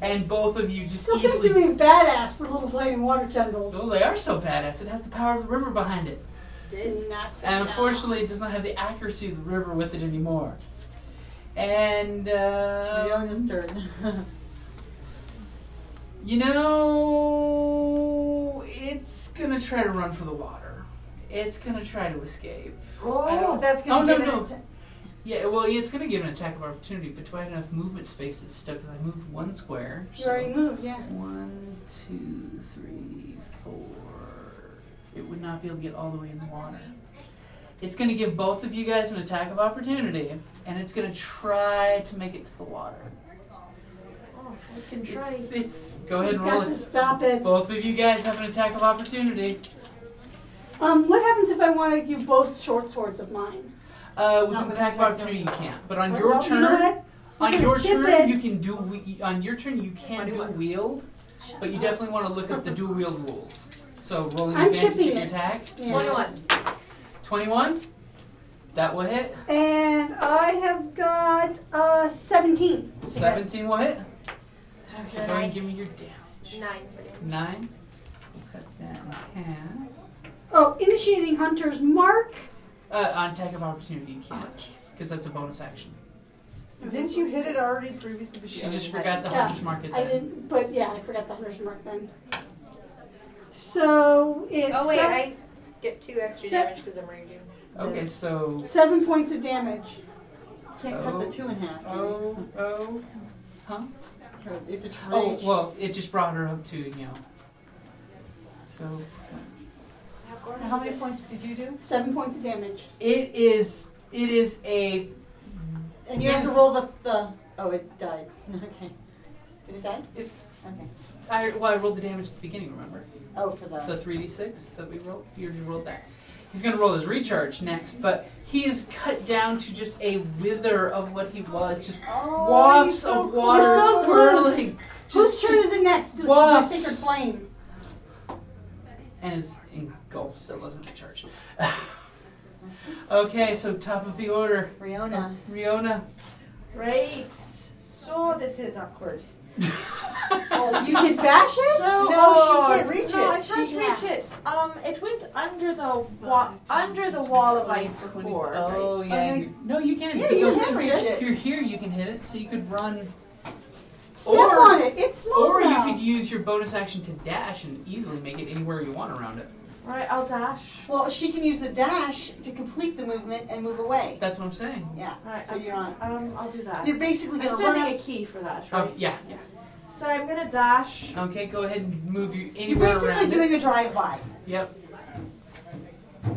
Speaker 1: And both of you just
Speaker 2: Still seems to
Speaker 1: easily.
Speaker 2: be badass for little flaming water tendrils.
Speaker 1: Oh, they are so badass. It has the power of the river behind it.
Speaker 6: Did not.
Speaker 1: And unfortunately, it does not have the accuracy of the river with it anymore. And, uh. um,
Speaker 6: Leona's turn.
Speaker 1: You know, it's gonna try to run for the water. It's gonna try to escape. I
Speaker 5: Oh,
Speaker 1: don't-
Speaker 6: That's
Speaker 1: Oh,
Speaker 6: gonna
Speaker 1: no,
Speaker 6: give it
Speaker 1: no.
Speaker 6: a ten.
Speaker 1: Yeah, well, yeah, it's gonna give an attack of opportunity, but do I have enough movement space to step? Because I moved one square.
Speaker 2: You
Speaker 1: so-
Speaker 2: already moved, yeah.
Speaker 1: One, two, three, four. It would not be able to get all the way in the water. It's gonna give both of you guys an attack of opportunity, and it's gonna try to make it to the water.
Speaker 5: oh, we can try.
Speaker 1: It's, it's go ahead and
Speaker 2: We've
Speaker 1: roll
Speaker 2: got to
Speaker 1: it.
Speaker 2: stop it.
Speaker 1: Both of you guys have an attack of opportunity.
Speaker 2: Um, what happens if I want to do both short swords of mine?
Speaker 1: Uh, with
Speaker 6: Not
Speaker 1: an
Speaker 6: with
Speaker 1: attack of
Speaker 6: attack,
Speaker 1: opportunity, you
Speaker 6: don't.
Speaker 1: can't. But on
Speaker 2: Well,
Speaker 1: your
Speaker 2: well, you know
Speaker 1: turn,
Speaker 2: what?
Speaker 1: on
Speaker 2: can
Speaker 1: your
Speaker 2: chip
Speaker 1: turn, you
Speaker 2: it.
Speaker 1: can do. we- On your turn, you can do wield, but you definitely want to look at the dual wield rules. So rolling
Speaker 2: I'm
Speaker 1: advantage at
Speaker 2: chipping
Speaker 1: your
Speaker 2: it.
Speaker 1: attack.
Speaker 2: Yeah.
Speaker 5: 21.
Speaker 1: Twenty-one. That will hit.
Speaker 2: And I have got uh, 17.
Speaker 1: Seventeen will hit. So go ahead and
Speaker 5: Nine.
Speaker 1: give me your damage.
Speaker 5: Nine for you.
Speaker 1: Nine. We'll Cut that in half.
Speaker 2: Oh, initiating Hunter's Mark.
Speaker 1: Uh, on attack of opportunity, you
Speaker 2: Oh,
Speaker 1: can't, because that's a bonus action.
Speaker 6: Didn't you hit it already previously?
Speaker 1: She just forgot the
Speaker 2: Yeah.
Speaker 1: hunter's market.
Speaker 2: I
Speaker 1: There.
Speaker 2: didn't, but yeah, I forgot the Hunter's Mark then. So it's
Speaker 5: Oh, wait,
Speaker 2: se-
Speaker 5: I get two extra
Speaker 2: Sep-
Speaker 5: damage because I'm raging.
Speaker 1: Okay, so
Speaker 2: seven points of damage.
Speaker 6: Can't cut the two in half. can you?
Speaker 1: oh oh.
Speaker 6: If it's
Speaker 1: Oh,
Speaker 6: rage.
Speaker 1: well, it just brought her up to, you know. So
Speaker 6: So how many points did you do?
Speaker 2: Seven points of damage.
Speaker 1: it is it is a
Speaker 6: And you have to roll the, the. Oh, it died. Okay. Did it die?
Speaker 1: it's
Speaker 6: Okay.
Speaker 1: I well I rolled the damage at the beginning, remember?
Speaker 6: Oh, for the.
Speaker 1: The three D six that we rolled you already rolled that. He's gonna roll his recharge next, but he is cut down to just a wither of what he was, just
Speaker 2: Oh,
Speaker 1: wafts of water
Speaker 2: We're so close.
Speaker 1: twirling.
Speaker 2: Whose
Speaker 1: Just,
Speaker 2: turn
Speaker 1: just-
Speaker 2: is it next? The- The
Speaker 1: wafts.
Speaker 2: sacred flame.
Speaker 1: and is engulfed, still doesn't recharge. okay, so top of the order.
Speaker 6: Riona.
Speaker 1: Riona.
Speaker 5: Right. So this is awkward.
Speaker 6: Oh, you can bash it?
Speaker 5: So
Speaker 6: no,
Speaker 1: uh,
Speaker 6: she
Speaker 5: awkward.
Speaker 6: can't reach
Speaker 5: No, I
Speaker 6: it.
Speaker 5: can't
Speaker 6: she
Speaker 5: reach it. Um, it went under the wa- under the wall of ice before.
Speaker 1: Oh
Speaker 5: right?
Speaker 1: yeah.
Speaker 6: no,
Speaker 1: you- no, you can.
Speaker 2: Yeah, you
Speaker 1: Because
Speaker 2: can reach
Speaker 1: if
Speaker 2: it.
Speaker 1: you're here, you can hit it. So you could run,
Speaker 2: Step
Speaker 1: Or-
Speaker 2: on it. It's small.
Speaker 1: or you
Speaker 2: now.
Speaker 1: could use your bonus action to dash and easily make it anywhere you want around it.
Speaker 5: Right, I'll dash.
Speaker 6: Well, she can use the dash to complete the movement and move away.
Speaker 1: That's what I'm saying.
Speaker 6: Yeah.
Speaker 5: Right,
Speaker 6: so you're on.
Speaker 5: Um, I'll do that.
Speaker 6: You're basically
Speaker 5: I
Speaker 6: going to
Speaker 5: still
Speaker 6: run
Speaker 5: need
Speaker 6: out.
Speaker 5: a key for that, right?
Speaker 1: Oh yeah, yeah.
Speaker 5: So I'm gonna dash.
Speaker 1: Okay, go ahead and move you
Speaker 6: You're
Speaker 1: anywhere
Speaker 6: basically
Speaker 1: around it.
Speaker 6: doing a drive by.
Speaker 1: Yep.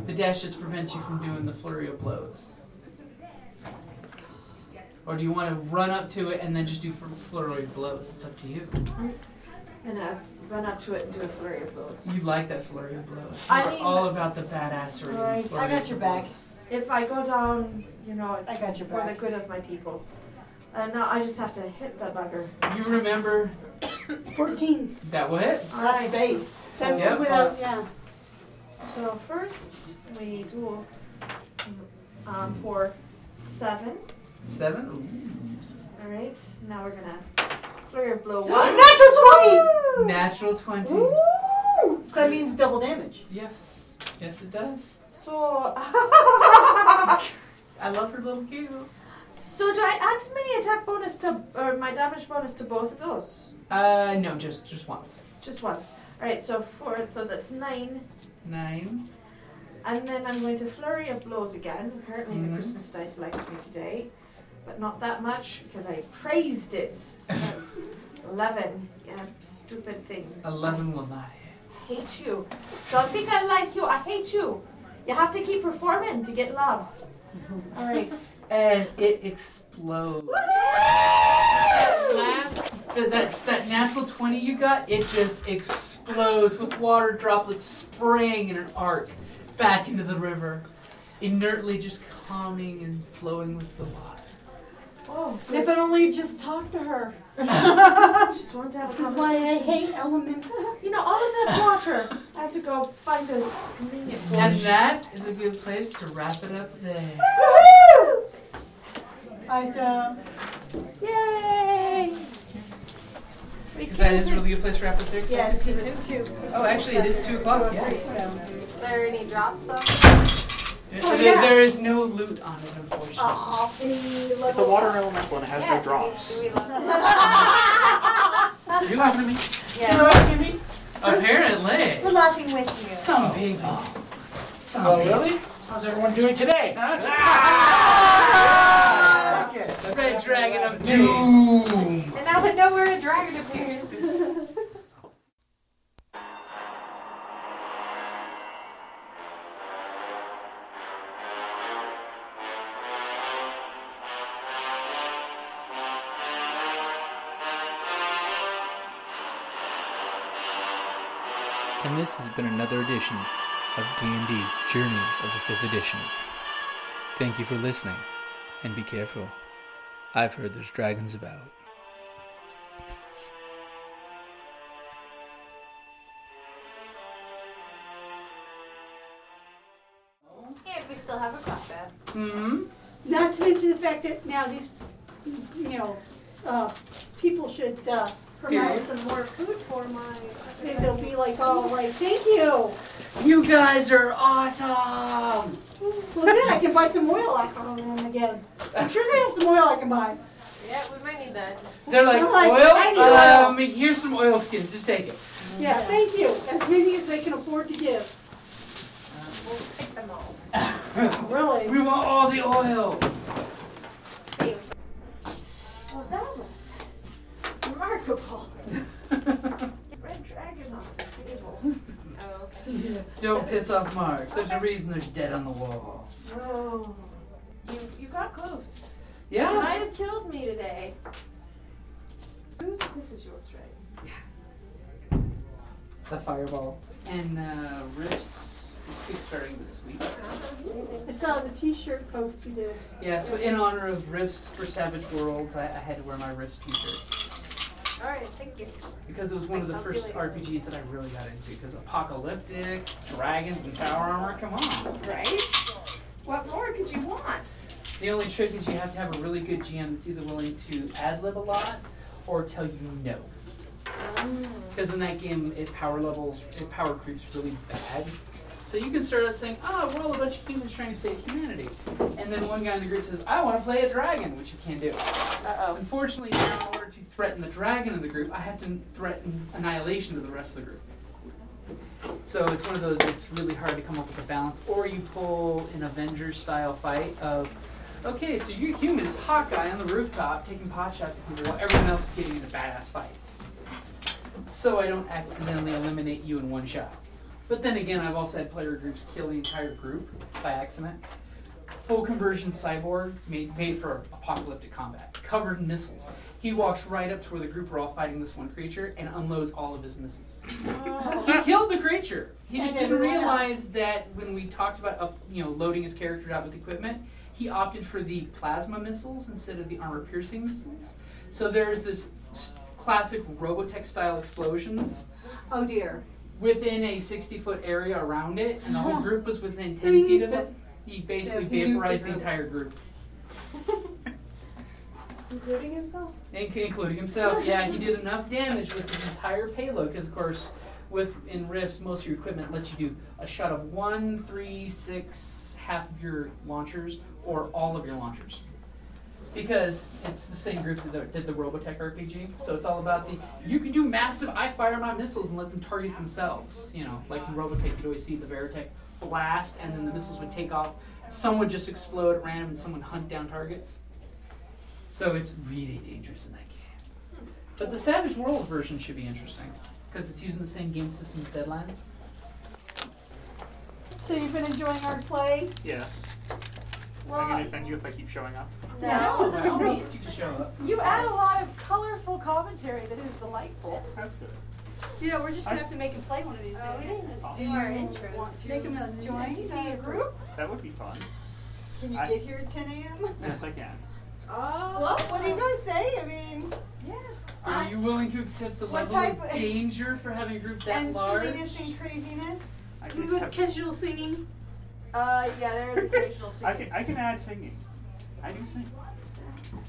Speaker 1: The dash just prevents you from doing the flurry of blows. Or do you want to run up to it and then just do fl- flurry of blows? It's up to you.
Speaker 5: I'm gonna run up to it and do a flurry of blows.
Speaker 1: You like that flurry of blows.
Speaker 5: I
Speaker 1: You're
Speaker 5: mean-
Speaker 1: all about the badassery. and
Speaker 5: Right. I
Speaker 1: flurry
Speaker 6: got
Speaker 1: of
Speaker 6: your back.
Speaker 1: blows.
Speaker 5: If I go down, you know, it's
Speaker 6: I got your
Speaker 5: for the
Speaker 6: back.
Speaker 5: good of my people. And now I just have to hit the bugger.
Speaker 1: You remember
Speaker 2: 14.
Speaker 1: that will hit.
Speaker 5: All
Speaker 6: That's
Speaker 5: right.
Speaker 6: base.
Speaker 2: That's
Speaker 1: Yep.
Speaker 2: without, yeah.
Speaker 5: So first we do um, for seven.
Speaker 1: Seven.
Speaker 5: All right. Now we're gonna flurry of blow one.
Speaker 6: Natural 20!
Speaker 1: Natural twenty.
Speaker 6: Ooh! So that means double damage.
Speaker 1: Yes. Yes, it does.
Speaker 5: So
Speaker 1: I love her little cue.
Speaker 5: so do I add my attack bonus to or my damage bonus to both of those?
Speaker 1: Uh, no, just just once.
Speaker 5: Just once. All right. So four. So that's nine.
Speaker 1: Nine.
Speaker 5: And then I'm going to flurry of blows again. Apparently
Speaker 1: Mhm.
Speaker 5: the Christmas dice likes me today, but not that much because I praised it. So that's eleven. Yeah, stupid thing.
Speaker 1: Eleven will not
Speaker 5: hate you. Don't think I like you. I hate you. You have to keep performing to get love. All right.
Speaker 1: and it explodes. that last, that, that, that natural 20 you got, it just explodes with water droplets spraying in an arc back into the river, inertly just calming and flowing with the water.
Speaker 5: Oh,
Speaker 2: If it only just talk to her.
Speaker 5: just wanted to have a
Speaker 2: This is why I hate element.
Speaker 5: You know, all of that water. I have to go find a convenient bowl.
Speaker 1: And that is a good place to wrap it up there.
Speaker 2: Awesome.
Speaker 5: Yay!
Speaker 1: Because that is a really good place to wrap it there. 'cause
Speaker 6: Yes,
Speaker 1: I think it's two. Oh, actually, it is 2 o'clock, yes.
Speaker 7: Is there any drops on
Speaker 1: There-
Speaker 2: Oh,
Speaker 1: there-
Speaker 2: yeah.
Speaker 1: there is no loot on it, unfortunately.
Speaker 3: It's a water elemental and it has
Speaker 7: Yeah,
Speaker 3: no drops.
Speaker 7: Do we, do we love
Speaker 3: You laughing at me?
Speaker 7: Yeah.
Speaker 6: We're
Speaker 1: Apparently.
Speaker 6: laughing with
Speaker 1: Some people. Some
Speaker 8: Oh,
Speaker 1: people.
Speaker 8: really? How's everyone doing today?
Speaker 1: Ah!
Speaker 8: Okay. that's
Speaker 1: Red
Speaker 8: after
Speaker 1: Dragon
Speaker 8: eleven.
Speaker 1: of Doom.
Speaker 8: Doom.
Speaker 7: And out of nowhere, a dragon appears.
Speaker 9: And this has been another edition of D&D Journey of the 5th Edition. Thank you for listening, and be careful. I've heard there's dragons about.
Speaker 7: and we still have a crossbow.
Speaker 1: hmm
Speaker 2: Not to mention the fact that now these, you know, uh, people should uh, provide
Speaker 1: Fearless.
Speaker 2: some more food for
Speaker 7: For my.
Speaker 2: them. They'll be like, oh, like, thank you.
Speaker 1: You guys are awesome!
Speaker 2: Well, good, I can buy some oil I can them again. I'm sure they have some oil I can buy.
Speaker 7: Yeah, we might need that.
Speaker 1: They're like,
Speaker 2: I'm like,
Speaker 1: oil?
Speaker 2: I need oil."
Speaker 1: Um, here's some oil skins, just take it.
Speaker 2: Yeah, thank you. As many as they can afford to give.
Speaker 7: We'll stick them all.
Speaker 2: Really?
Speaker 1: We want all the oil!
Speaker 7: Wait,
Speaker 5: Well, that was remarkable. Red dragon on the table.
Speaker 7: oh, okay.
Speaker 1: Don't piss off Mark. There's a reason they're dead on the wall.
Speaker 5: Oh, you you got close. You might
Speaker 1: Yeah?
Speaker 5: have killed me today. Who's this is yours, right?
Speaker 1: The fireball. And uh, Riff's is kickstarting this week.
Speaker 2: I saw the t-shirt post you did.
Speaker 1: Yeah, so in honor of Riffs for Savage Worlds, I, I had to wear my Riffs t shirt.
Speaker 7: All right, thank you.
Speaker 1: because it was one of the first RPGs that I really got into. Because apocalyptic dragons and power armor, come on.
Speaker 5: Right? What more could you want?
Speaker 1: The only trick is you have to have a really good GM that's either willing to ad lib a lot or tell you no. Because in that game, it power levels, it power creeps really bad. So you can start out saying, "Ah, we're all a bunch of humans trying to save humanity," and then one guy in the group says, "I want to play a dragon," which you can't do.
Speaker 5: Uh
Speaker 1: Unfortunately, now in order to threaten the dragon of the group, I have to threaten annihilation of the rest of the group. So it's one of those it's really hard to come up with a balance. Or you pull an Avengers style fight of, okay, so you're human, it's Hawkeye on the rooftop taking pot shots at people while everyone else is getting into badass fights. So I don't accidentally eliminate you in one shot. But then again, I've also had player groups kill the entire group by accident full conversion cyborg made, made for apocalyptic combat, covered in missiles. He walks right up to where the group are all fighting this one creature and unloads all of his missiles. he killed the creature. He just
Speaker 2: And
Speaker 1: didn't
Speaker 2: everyone
Speaker 1: realize that when we talked about up, you know loading his character up with equipment, he opted for the plasma missiles instead of the armor piercing missiles. So there's this s- classic Robotech style explosions
Speaker 2: Oh dear.
Speaker 1: within a 60 foot area around it, and the whole group was within 10 feet of it. He basically
Speaker 2: So he nuked the
Speaker 1: vaporized the
Speaker 2: group.
Speaker 1: entire group,
Speaker 7: Including himself?
Speaker 1: in- including himself. Yeah, he did enough damage with his entire payload, because, of course, with in rifts, most of your equipment lets you do a shot of one, three, six, half of your launchers, or all of your launchers. Because it's the same group that the- did the Robotech RPG, so it's all about the you can do massive I fire my missiles and let them target themselves. You know, like in Robotech, you'd always see the Veritech blast, and then the missiles would take off. Some would just explode at random, and some would hunt down targets. So it's really dangerous in that game. But the Savage World version should be interesting because it's using the same game system as Deadlands.
Speaker 2: So you've been enjoying our play?
Speaker 3: Yes. Am I
Speaker 5: Well,
Speaker 3: gonna offend you if I keep showing up?
Speaker 1: No, Oh, by all means, you can show up.
Speaker 5: you add a lot of colorful commentary that is delightful.
Speaker 3: That's good.
Speaker 2: You know, we're just gonna have to make him play one of these
Speaker 6: we
Speaker 2: days.
Speaker 6: didn't
Speaker 3: Do
Speaker 6: do Oh, our intro.
Speaker 2: Want to Make him a join, see
Speaker 6: uh,
Speaker 2: a group?
Speaker 3: That would be fun.
Speaker 6: Can you
Speaker 3: I-
Speaker 6: get here at 10 a.m.?
Speaker 3: Yes, I can.
Speaker 7: Oh.
Speaker 6: Well, what do you guys say? I mean,
Speaker 1: Are you willing to accept the
Speaker 6: What
Speaker 1: level of
Speaker 6: type-
Speaker 1: danger for having a group that
Speaker 6: and
Speaker 1: large?
Speaker 6: silliness and craziness.
Speaker 3: I
Speaker 2: We
Speaker 3: can,
Speaker 2: would
Speaker 3: accept,
Speaker 2: casual singing.
Speaker 5: Uh, yeah, there is occasional
Speaker 3: I
Speaker 5: singing.
Speaker 3: can I can add singing. I do sing.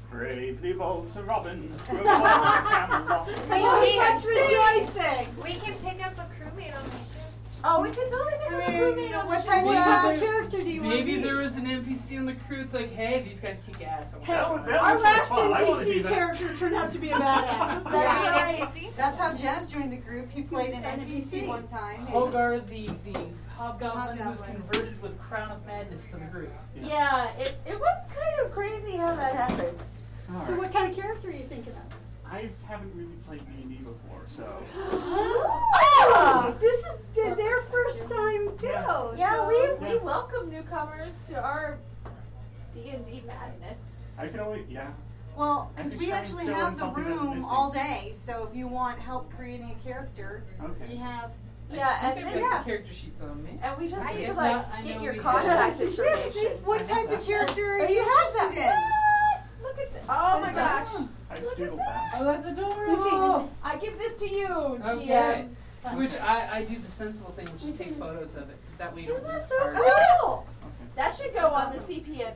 Speaker 3: Bravely bolts a robin, roll on a Camelot.
Speaker 6: That's rejoicing.
Speaker 7: We can pick up a crewmate on my ship.
Speaker 5: Oh, we could totally make
Speaker 6: I
Speaker 5: a
Speaker 6: mean,
Speaker 5: roommate
Speaker 6: you know,
Speaker 5: on the
Speaker 6: what
Speaker 5: show.
Speaker 6: type
Speaker 1: Maybe
Speaker 6: of
Speaker 1: there-
Speaker 6: character do you want to be?
Speaker 1: Maybe there was an NPC on the crew. It's like, hey, these guys kick ass. I wanna
Speaker 3: That
Speaker 1: go
Speaker 3: would-
Speaker 1: on.
Speaker 3: that
Speaker 2: Our
Speaker 3: would be
Speaker 2: last
Speaker 3: fun. I wanna do
Speaker 2: NPC
Speaker 3: that.
Speaker 2: character turned out to be a badass.
Speaker 7: That'd
Speaker 6: Yeah.
Speaker 7: be an NPC.
Speaker 6: That's how Jess joined the group. He played an
Speaker 2: NPC.
Speaker 6: NPC one time. and-
Speaker 1: Hogar, the the hobgoblin who was
Speaker 6: Hobgoblin.
Speaker 1: converted with Crown of Madness to the group.
Speaker 5: Yeah, it, it was kind of crazy how that happened.
Speaker 2: So what kind of character are you thinking of?
Speaker 3: I haven't really played D and D before, so
Speaker 6: Oh, this is th- their first time too.
Speaker 5: Um, Yeah,
Speaker 6: so-
Speaker 5: we, we welcome newcomers to our D and D madness.
Speaker 3: I can only yeah.
Speaker 6: Well,
Speaker 3: I
Speaker 6: because
Speaker 3: could
Speaker 6: we
Speaker 3: try and
Speaker 6: actually
Speaker 3: fill in
Speaker 6: have the
Speaker 3: something that's
Speaker 6: room
Speaker 3: missing.
Speaker 6: all day, so if you want help creating a character, we
Speaker 3: Okay.
Speaker 6: have.
Speaker 5: Yeah,
Speaker 1: I
Speaker 5: and
Speaker 1: think I've
Speaker 5: then,
Speaker 1: got
Speaker 6: yeah.
Speaker 1: some character sheets on me.
Speaker 5: and we just
Speaker 1: I
Speaker 5: need to
Speaker 1: did
Speaker 5: like
Speaker 1: not- I
Speaker 5: get
Speaker 1: know
Speaker 5: your
Speaker 1: we-
Speaker 5: contact
Speaker 6: Yeah, see,
Speaker 5: information.
Speaker 6: What type of character are
Speaker 5: Oh,
Speaker 6: you
Speaker 5: you have
Speaker 6: interested in?
Speaker 5: that. What? Look at this. Oh my
Speaker 6: that?
Speaker 5: gosh.
Speaker 3: I just
Speaker 5: Look at
Speaker 3: doodled that.
Speaker 1: Oh, that's adorable.
Speaker 5: I give this to you,
Speaker 1: Okay.
Speaker 5: GM.
Speaker 1: To Which I, I do the sensible thing, which is take photos of it, because that way you don't
Speaker 5: Mm-hmm. Isn't
Speaker 1: lose
Speaker 5: that so
Speaker 1: cards.
Speaker 5: cool?
Speaker 3: Okay.
Speaker 5: That should go on the CPN.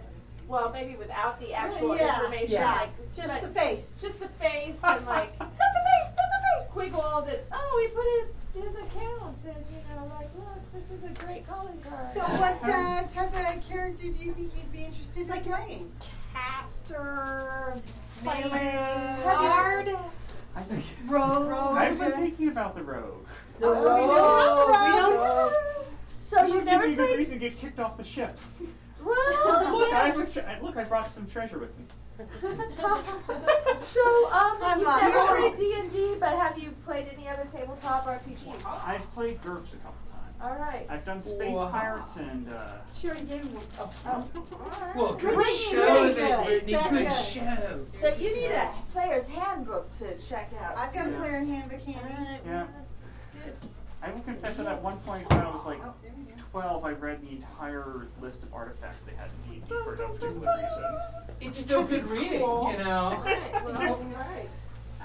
Speaker 5: Well, maybe without the actual
Speaker 2: yeah,
Speaker 5: information.
Speaker 1: yeah.
Speaker 5: Like,
Speaker 2: Just
Speaker 5: but
Speaker 2: the face.
Speaker 5: just the face and like not the face, not the face. Squiggle that. Oh, he put his his account and you know like look, this is a great calling card.
Speaker 6: So,
Speaker 2: Oh,
Speaker 6: what uh, type of character do you think you'd be interested in
Speaker 2: Like
Speaker 6: playing? Caster,
Speaker 2: Have
Speaker 6: melee,
Speaker 2: you-
Speaker 6: bard,
Speaker 3: I,
Speaker 6: rogue.
Speaker 3: I've been thinking about the rogue.
Speaker 6: Oh, we don't have a rogue.
Speaker 5: so
Speaker 3: This
Speaker 5: you
Speaker 3: would give
Speaker 5: never
Speaker 3: me a good
Speaker 5: played.
Speaker 3: reason to get kicked off the ship.
Speaker 5: Well,
Speaker 3: Look, I,
Speaker 5: yes.
Speaker 3: was, I, look, I brought some treasure with me.
Speaker 5: so um,
Speaker 6: I'm
Speaker 5: you've
Speaker 6: not
Speaker 5: never
Speaker 6: here.
Speaker 5: played D and D, but have you played any other tabletop RPGs?
Speaker 3: I've played GURPS a couple times.
Speaker 5: All right.
Speaker 3: I've done Space
Speaker 1: Wow.
Speaker 3: Pirates and uh,
Speaker 2: She already gave him one.
Speaker 1: Well, good
Speaker 6: Great
Speaker 1: show,
Speaker 6: things.
Speaker 1: then, Brittany.
Speaker 6: That
Speaker 1: Good
Speaker 6: good.
Speaker 1: show.
Speaker 5: So you need a player's handbook to check out.
Speaker 6: I've got a
Speaker 3: Yeah.
Speaker 6: player in handbook handy.
Speaker 5: Alright,
Speaker 3: Yeah.
Speaker 5: well, that's good.
Speaker 3: I will confess that at one point when I was like
Speaker 6: Oh, there we go.
Speaker 3: 12, I read the entire list of artifacts they had in D&D for no particular reason.
Speaker 1: It's still good reading, you know.
Speaker 5: Alright, well, alright.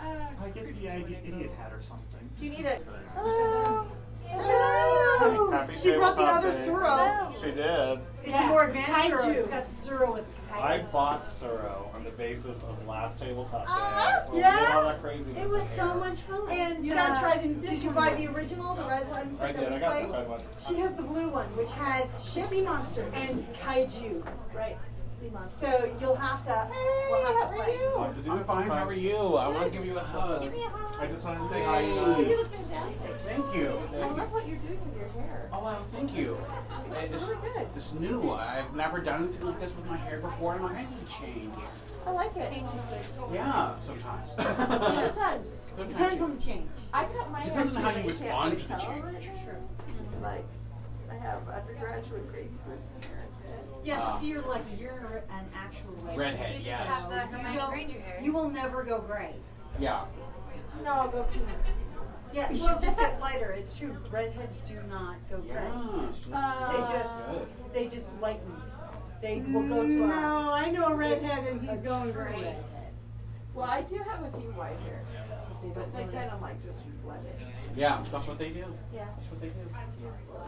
Speaker 3: I get the idea idiot hat or something.
Speaker 5: Do you need a
Speaker 3: But-
Speaker 5: hello?
Speaker 6: Hello.
Speaker 10: Happy
Speaker 6: She brought the
Speaker 10: tabletop
Speaker 6: other
Speaker 10: day.
Speaker 6: Zuro.
Speaker 10: She did.
Speaker 6: It's
Speaker 2: Yeah.
Speaker 6: a more advanced
Speaker 2: Kaiju.
Speaker 6: Zuro. It's got Zuro with
Speaker 10: I bought Suro on the basis of last tabletop day.
Speaker 6: Uh-huh.
Speaker 10: where we did all
Speaker 2: Yeah.
Speaker 10: that craziness
Speaker 2: It was
Speaker 10: in
Speaker 2: so
Speaker 10: here.
Speaker 2: much fun.
Speaker 6: And
Speaker 2: you
Speaker 6: uh,
Speaker 2: gotta try the
Speaker 6: did you buy the original, the red one?
Speaker 10: I
Speaker 6: that
Speaker 10: did.
Speaker 6: we
Speaker 10: I got
Speaker 6: played?
Speaker 10: the red one.
Speaker 6: She has the blue one, which has ships
Speaker 2: sea monster.
Speaker 6: and kaiju.
Speaker 5: Right. Sea monster.
Speaker 6: So you'll have to. we'll
Speaker 5: Hey,
Speaker 6: have
Speaker 5: how
Speaker 6: to
Speaker 5: are
Speaker 6: play.
Speaker 10: I
Speaker 5: you?
Speaker 10: wanted to do
Speaker 8: I'm
Speaker 10: the
Speaker 8: fine. How are
Speaker 10: sometime.
Speaker 8: you? I want to give you a hug.
Speaker 5: Give me a hug.
Speaker 10: I just wanted to say hi. to
Speaker 8: Hey.
Speaker 5: You
Speaker 10: you.
Speaker 5: look fantastic.
Speaker 8: Thank you.
Speaker 5: I love what you're doing with your hair.
Speaker 8: Oh wow, thank you. Hey,
Speaker 5: It's
Speaker 8: This,
Speaker 5: really good.
Speaker 8: this new one. I've never done anything like this with my hair before. I'm like, I need to change.
Speaker 5: I like it.
Speaker 8: Yeah, sometimes.
Speaker 5: Sometimes.
Speaker 2: Depends on the change.
Speaker 5: I cut my hair
Speaker 8: uh, Depends
Speaker 5: so
Speaker 8: on how
Speaker 5: that
Speaker 8: you
Speaker 5: it can't
Speaker 8: respond
Speaker 5: really
Speaker 8: to the
Speaker 5: tell
Speaker 8: change.
Speaker 5: over it. Like, I have undergraduate crazy person hair instead.
Speaker 2: Yeah,
Speaker 8: Ah.
Speaker 2: but see, you're lucky. You're an actual lady.
Speaker 8: Redhead,
Speaker 7: You just
Speaker 8: yeah.
Speaker 7: have the Hermione
Speaker 6: Well,
Speaker 7: Granger hair.
Speaker 6: You will never go gray.
Speaker 8: Yeah.
Speaker 5: No, I'll go pink.
Speaker 6: Yeah, you should just get lighter. It's true. Redheads do not go gray.
Speaker 8: Yeah.
Speaker 6: They
Speaker 2: Uh,
Speaker 6: just
Speaker 8: Good.
Speaker 6: they just lighten. They will go to a,
Speaker 2: No, I know a redhead and he's
Speaker 6: a
Speaker 2: going
Speaker 6: true
Speaker 2: great.
Speaker 6: redhead.
Speaker 5: Well, I do have a few white hairs,
Speaker 6: They
Speaker 5: but
Speaker 6: don't
Speaker 5: they
Speaker 6: really.
Speaker 5: kind of like just blend it.
Speaker 8: Yeah, that's what they do.
Speaker 5: Yeah.
Speaker 8: That's what they do.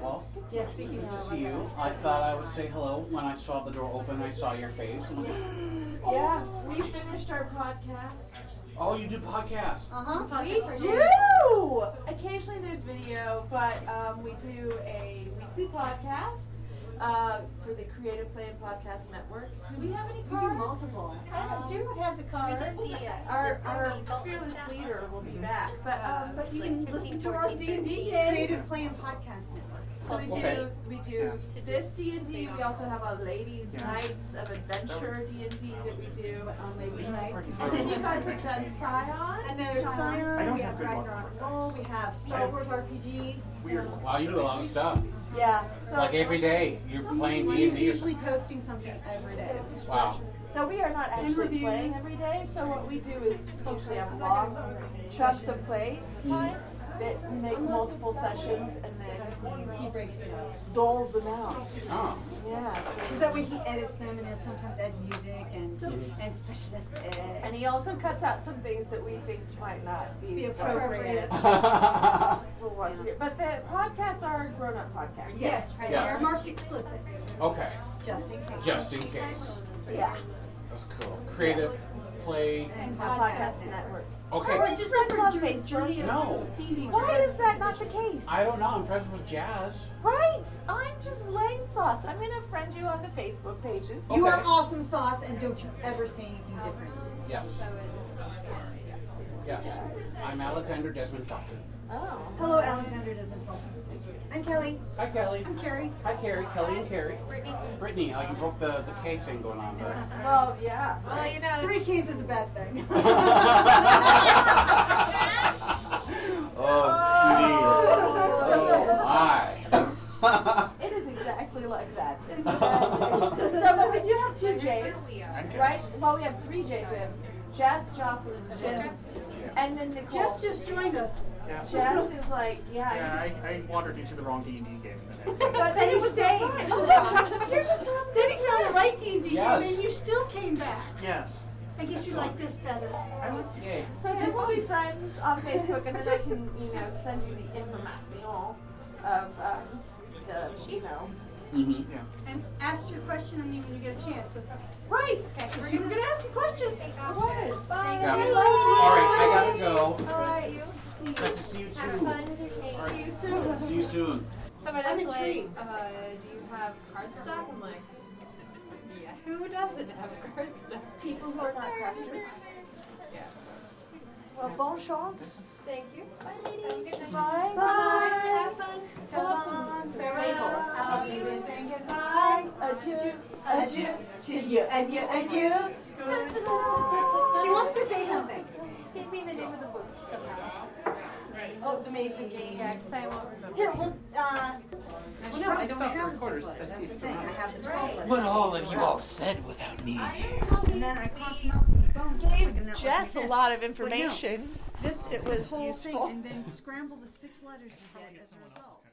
Speaker 8: Well,
Speaker 6: Yeah, speaking
Speaker 8: nice to
Speaker 6: of.
Speaker 8: see you.
Speaker 5: "Oh,
Speaker 8: I thought I would say hello when I saw the door open. I saw your face. I'm like,
Speaker 5: Yeah, we finished our podcast.
Speaker 8: oh, you do podcasts.
Speaker 6: Uh huh.
Speaker 5: We do. Occasionally, there's video, but um, we do a weekly podcast uh, for the Creative Play and Podcast Network. Do we have any
Speaker 6: We
Speaker 5: cards?
Speaker 6: do multiple. Um,
Speaker 5: I do have the card.
Speaker 7: We did the, uh,
Speaker 5: Our,
Speaker 7: the
Speaker 5: our
Speaker 7: Hermione Granger
Speaker 5: fearless
Speaker 7: stuff.
Speaker 5: leader will be back, but
Speaker 6: uh,
Speaker 5: um,
Speaker 2: But you
Speaker 7: Like
Speaker 2: can
Speaker 7: 15,
Speaker 2: listen to our
Speaker 7: 14,
Speaker 2: D&D
Speaker 7: 13.
Speaker 2: game.
Speaker 6: Creative Plan Podcast Network.
Speaker 5: So we do
Speaker 8: Okay.
Speaker 5: we do this D and D. We also have a ladies'
Speaker 3: Yeah.
Speaker 5: nights of adventure D and D that we do.
Speaker 6: On Ladies Night.
Speaker 5: And then you guys have done Scion.
Speaker 6: And then there's
Speaker 3: I
Speaker 6: Scion,
Speaker 3: don't
Speaker 6: we
Speaker 3: have
Speaker 6: have
Speaker 3: good
Speaker 6: Ragnarok
Speaker 3: watercolor
Speaker 6: Roll, we have Star Wars RPG.
Speaker 3: Weird.
Speaker 8: Wow, you do a lot of stuff.
Speaker 6: Yeah. So
Speaker 8: Like every day, you're playing D and
Speaker 6: He's
Speaker 8: D.
Speaker 6: usually posting something every day.
Speaker 8: Wow.
Speaker 5: So we are not
Speaker 6: And
Speaker 5: actually
Speaker 6: reviews.
Speaker 5: playing every day. So what we do is usually have long chunks of play time that make multiple sessions, and then he, doles them out.
Speaker 8: Oh.
Speaker 5: Yeah. so-
Speaker 6: Because that way he edits them and then sometimes add music and and special effects.
Speaker 5: And he also cuts out some things that we think might not be,
Speaker 6: Be appropriate.
Speaker 5: for what to do. But the podcasts are grown-up podcasts.
Speaker 6: Yes.
Speaker 8: Yes. They're
Speaker 6: marked explicit.
Speaker 8: Okay.
Speaker 6: Just in case.
Speaker 8: Just in case.
Speaker 5: Yeah.
Speaker 8: That's cool. Creative play.
Speaker 5: And podcast network.
Speaker 8: Okay.
Speaker 5: Or just not on Facebook.
Speaker 8: No.
Speaker 5: Why is that not the case?
Speaker 8: I don't know. I'm friends with Jazz.
Speaker 5: Right. I'm just lame sauce. I'm gonna friend you on the Facebook pages.
Speaker 6: You are awesome sauce, and don't you ever say anything different.
Speaker 8: Yes. Yes. I'm Alexander Desmond Falcon.
Speaker 5: Oh.
Speaker 6: Hello, Alexander Desmond Fulton. I'm Kelly.
Speaker 8: Hi, Kelly.
Speaker 6: I'm Carrie.
Speaker 8: Hi, Carrie. Kelly and Carrie.
Speaker 6: Brittany.
Speaker 8: Brittany, uh, you broke the, the K thing going on there.
Speaker 5: Well, yeah.
Speaker 6: Well, you know, three keys is a bad thing.
Speaker 5: Oh.
Speaker 8: Oh, geez. Oh,
Speaker 5: It is exactly like that. so, but we do have two J's, right? Well, we have three J's. We have Jess, Jocelyn, and Jim, and then Nicole.
Speaker 2: Jess just joined us.
Speaker 3: Yeah.
Speaker 5: Jess is like, yeah.
Speaker 3: Yeah,
Speaker 5: he's-
Speaker 3: I, I wandered into the wrong D and D game.
Speaker 5: but then he stayed.
Speaker 2: Here's the top. Then he found the right D and D,
Speaker 3: Yes.
Speaker 2: and then you still came back.
Speaker 3: Yes.
Speaker 2: I guess you like this better. I
Speaker 3: like
Speaker 8: Yay.
Speaker 5: So then we'll be friends on Facebook, and then I can, you know, send you the information of um, the, you know.
Speaker 8: Mm-hmm.
Speaker 3: Yeah.
Speaker 2: And ask your question on you when you get a chance.
Speaker 5: Right.
Speaker 2: Okay. Because you were gonna ask a question.
Speaker 5: What? Bye.
Speaker 8: Yeah.
Speaker 2: Bye.
Speaker 8: All right, I gotta go.
Speaker 7: All right. You. See
Speaker 8: Good to see you
Speaker 7: Have
Speaker 8: too.
Speaker 7: fun with your cake.
Speaker 8: See
Speaker 7: you
Speaker 8: See you soon.
Speaker 7: Someone
Speaker 6: I'm
Speaker 7: else like,
Speaker 6: intrigued.
Speaker 7: uh, do you have card stock? I'm like, yeah. Who doesn't have card stock?
Speaker 5: People who are not crafters. Well, bon chance.
Speaker 7: Thank you. Bye, ladies. Have a good
Speaker 5: Bye.
Speaker 7: night. Bye. Have fun.
Speaker 6: So long, farewell, I'll be saying goodbye.
Speaker 5: Adieu,
Speaker 6: adieu to you, adieu, adieu. She wants to say something.
Speaker 7: Give me the name of the book somehow.
Speaker 6: Oh, the Mason game.
Speaker 7: Yeah, 'cause I won't remember.
Speaker 6: Here, well, uh, well, no,
Speaker 11: probably
Speaker 6: I don't
Speaker 11: stop the
Speaker 6: have the
Speaker 11: recorders,
Speaker 6: six
Speaker 11: I see
Speaker 6: letters. That's the
Speaker 11: it's
Speaker 6: thing. I
Speaker 11: around.
Speaker 6: have the twelve letters.
Speaker 11: What all have you all said without me?
Speaker 6: And then I crossed them out with the bones. Gave
Speaker 5: Jess a lot of information.
Speaker 6: This
Speaker 5: It
Speaker 6: this
Speaker 5: was
Speaker 6: whole
Speaker 5: useful.
Speaker 6: thing, and then scramble the six letters you get as a result.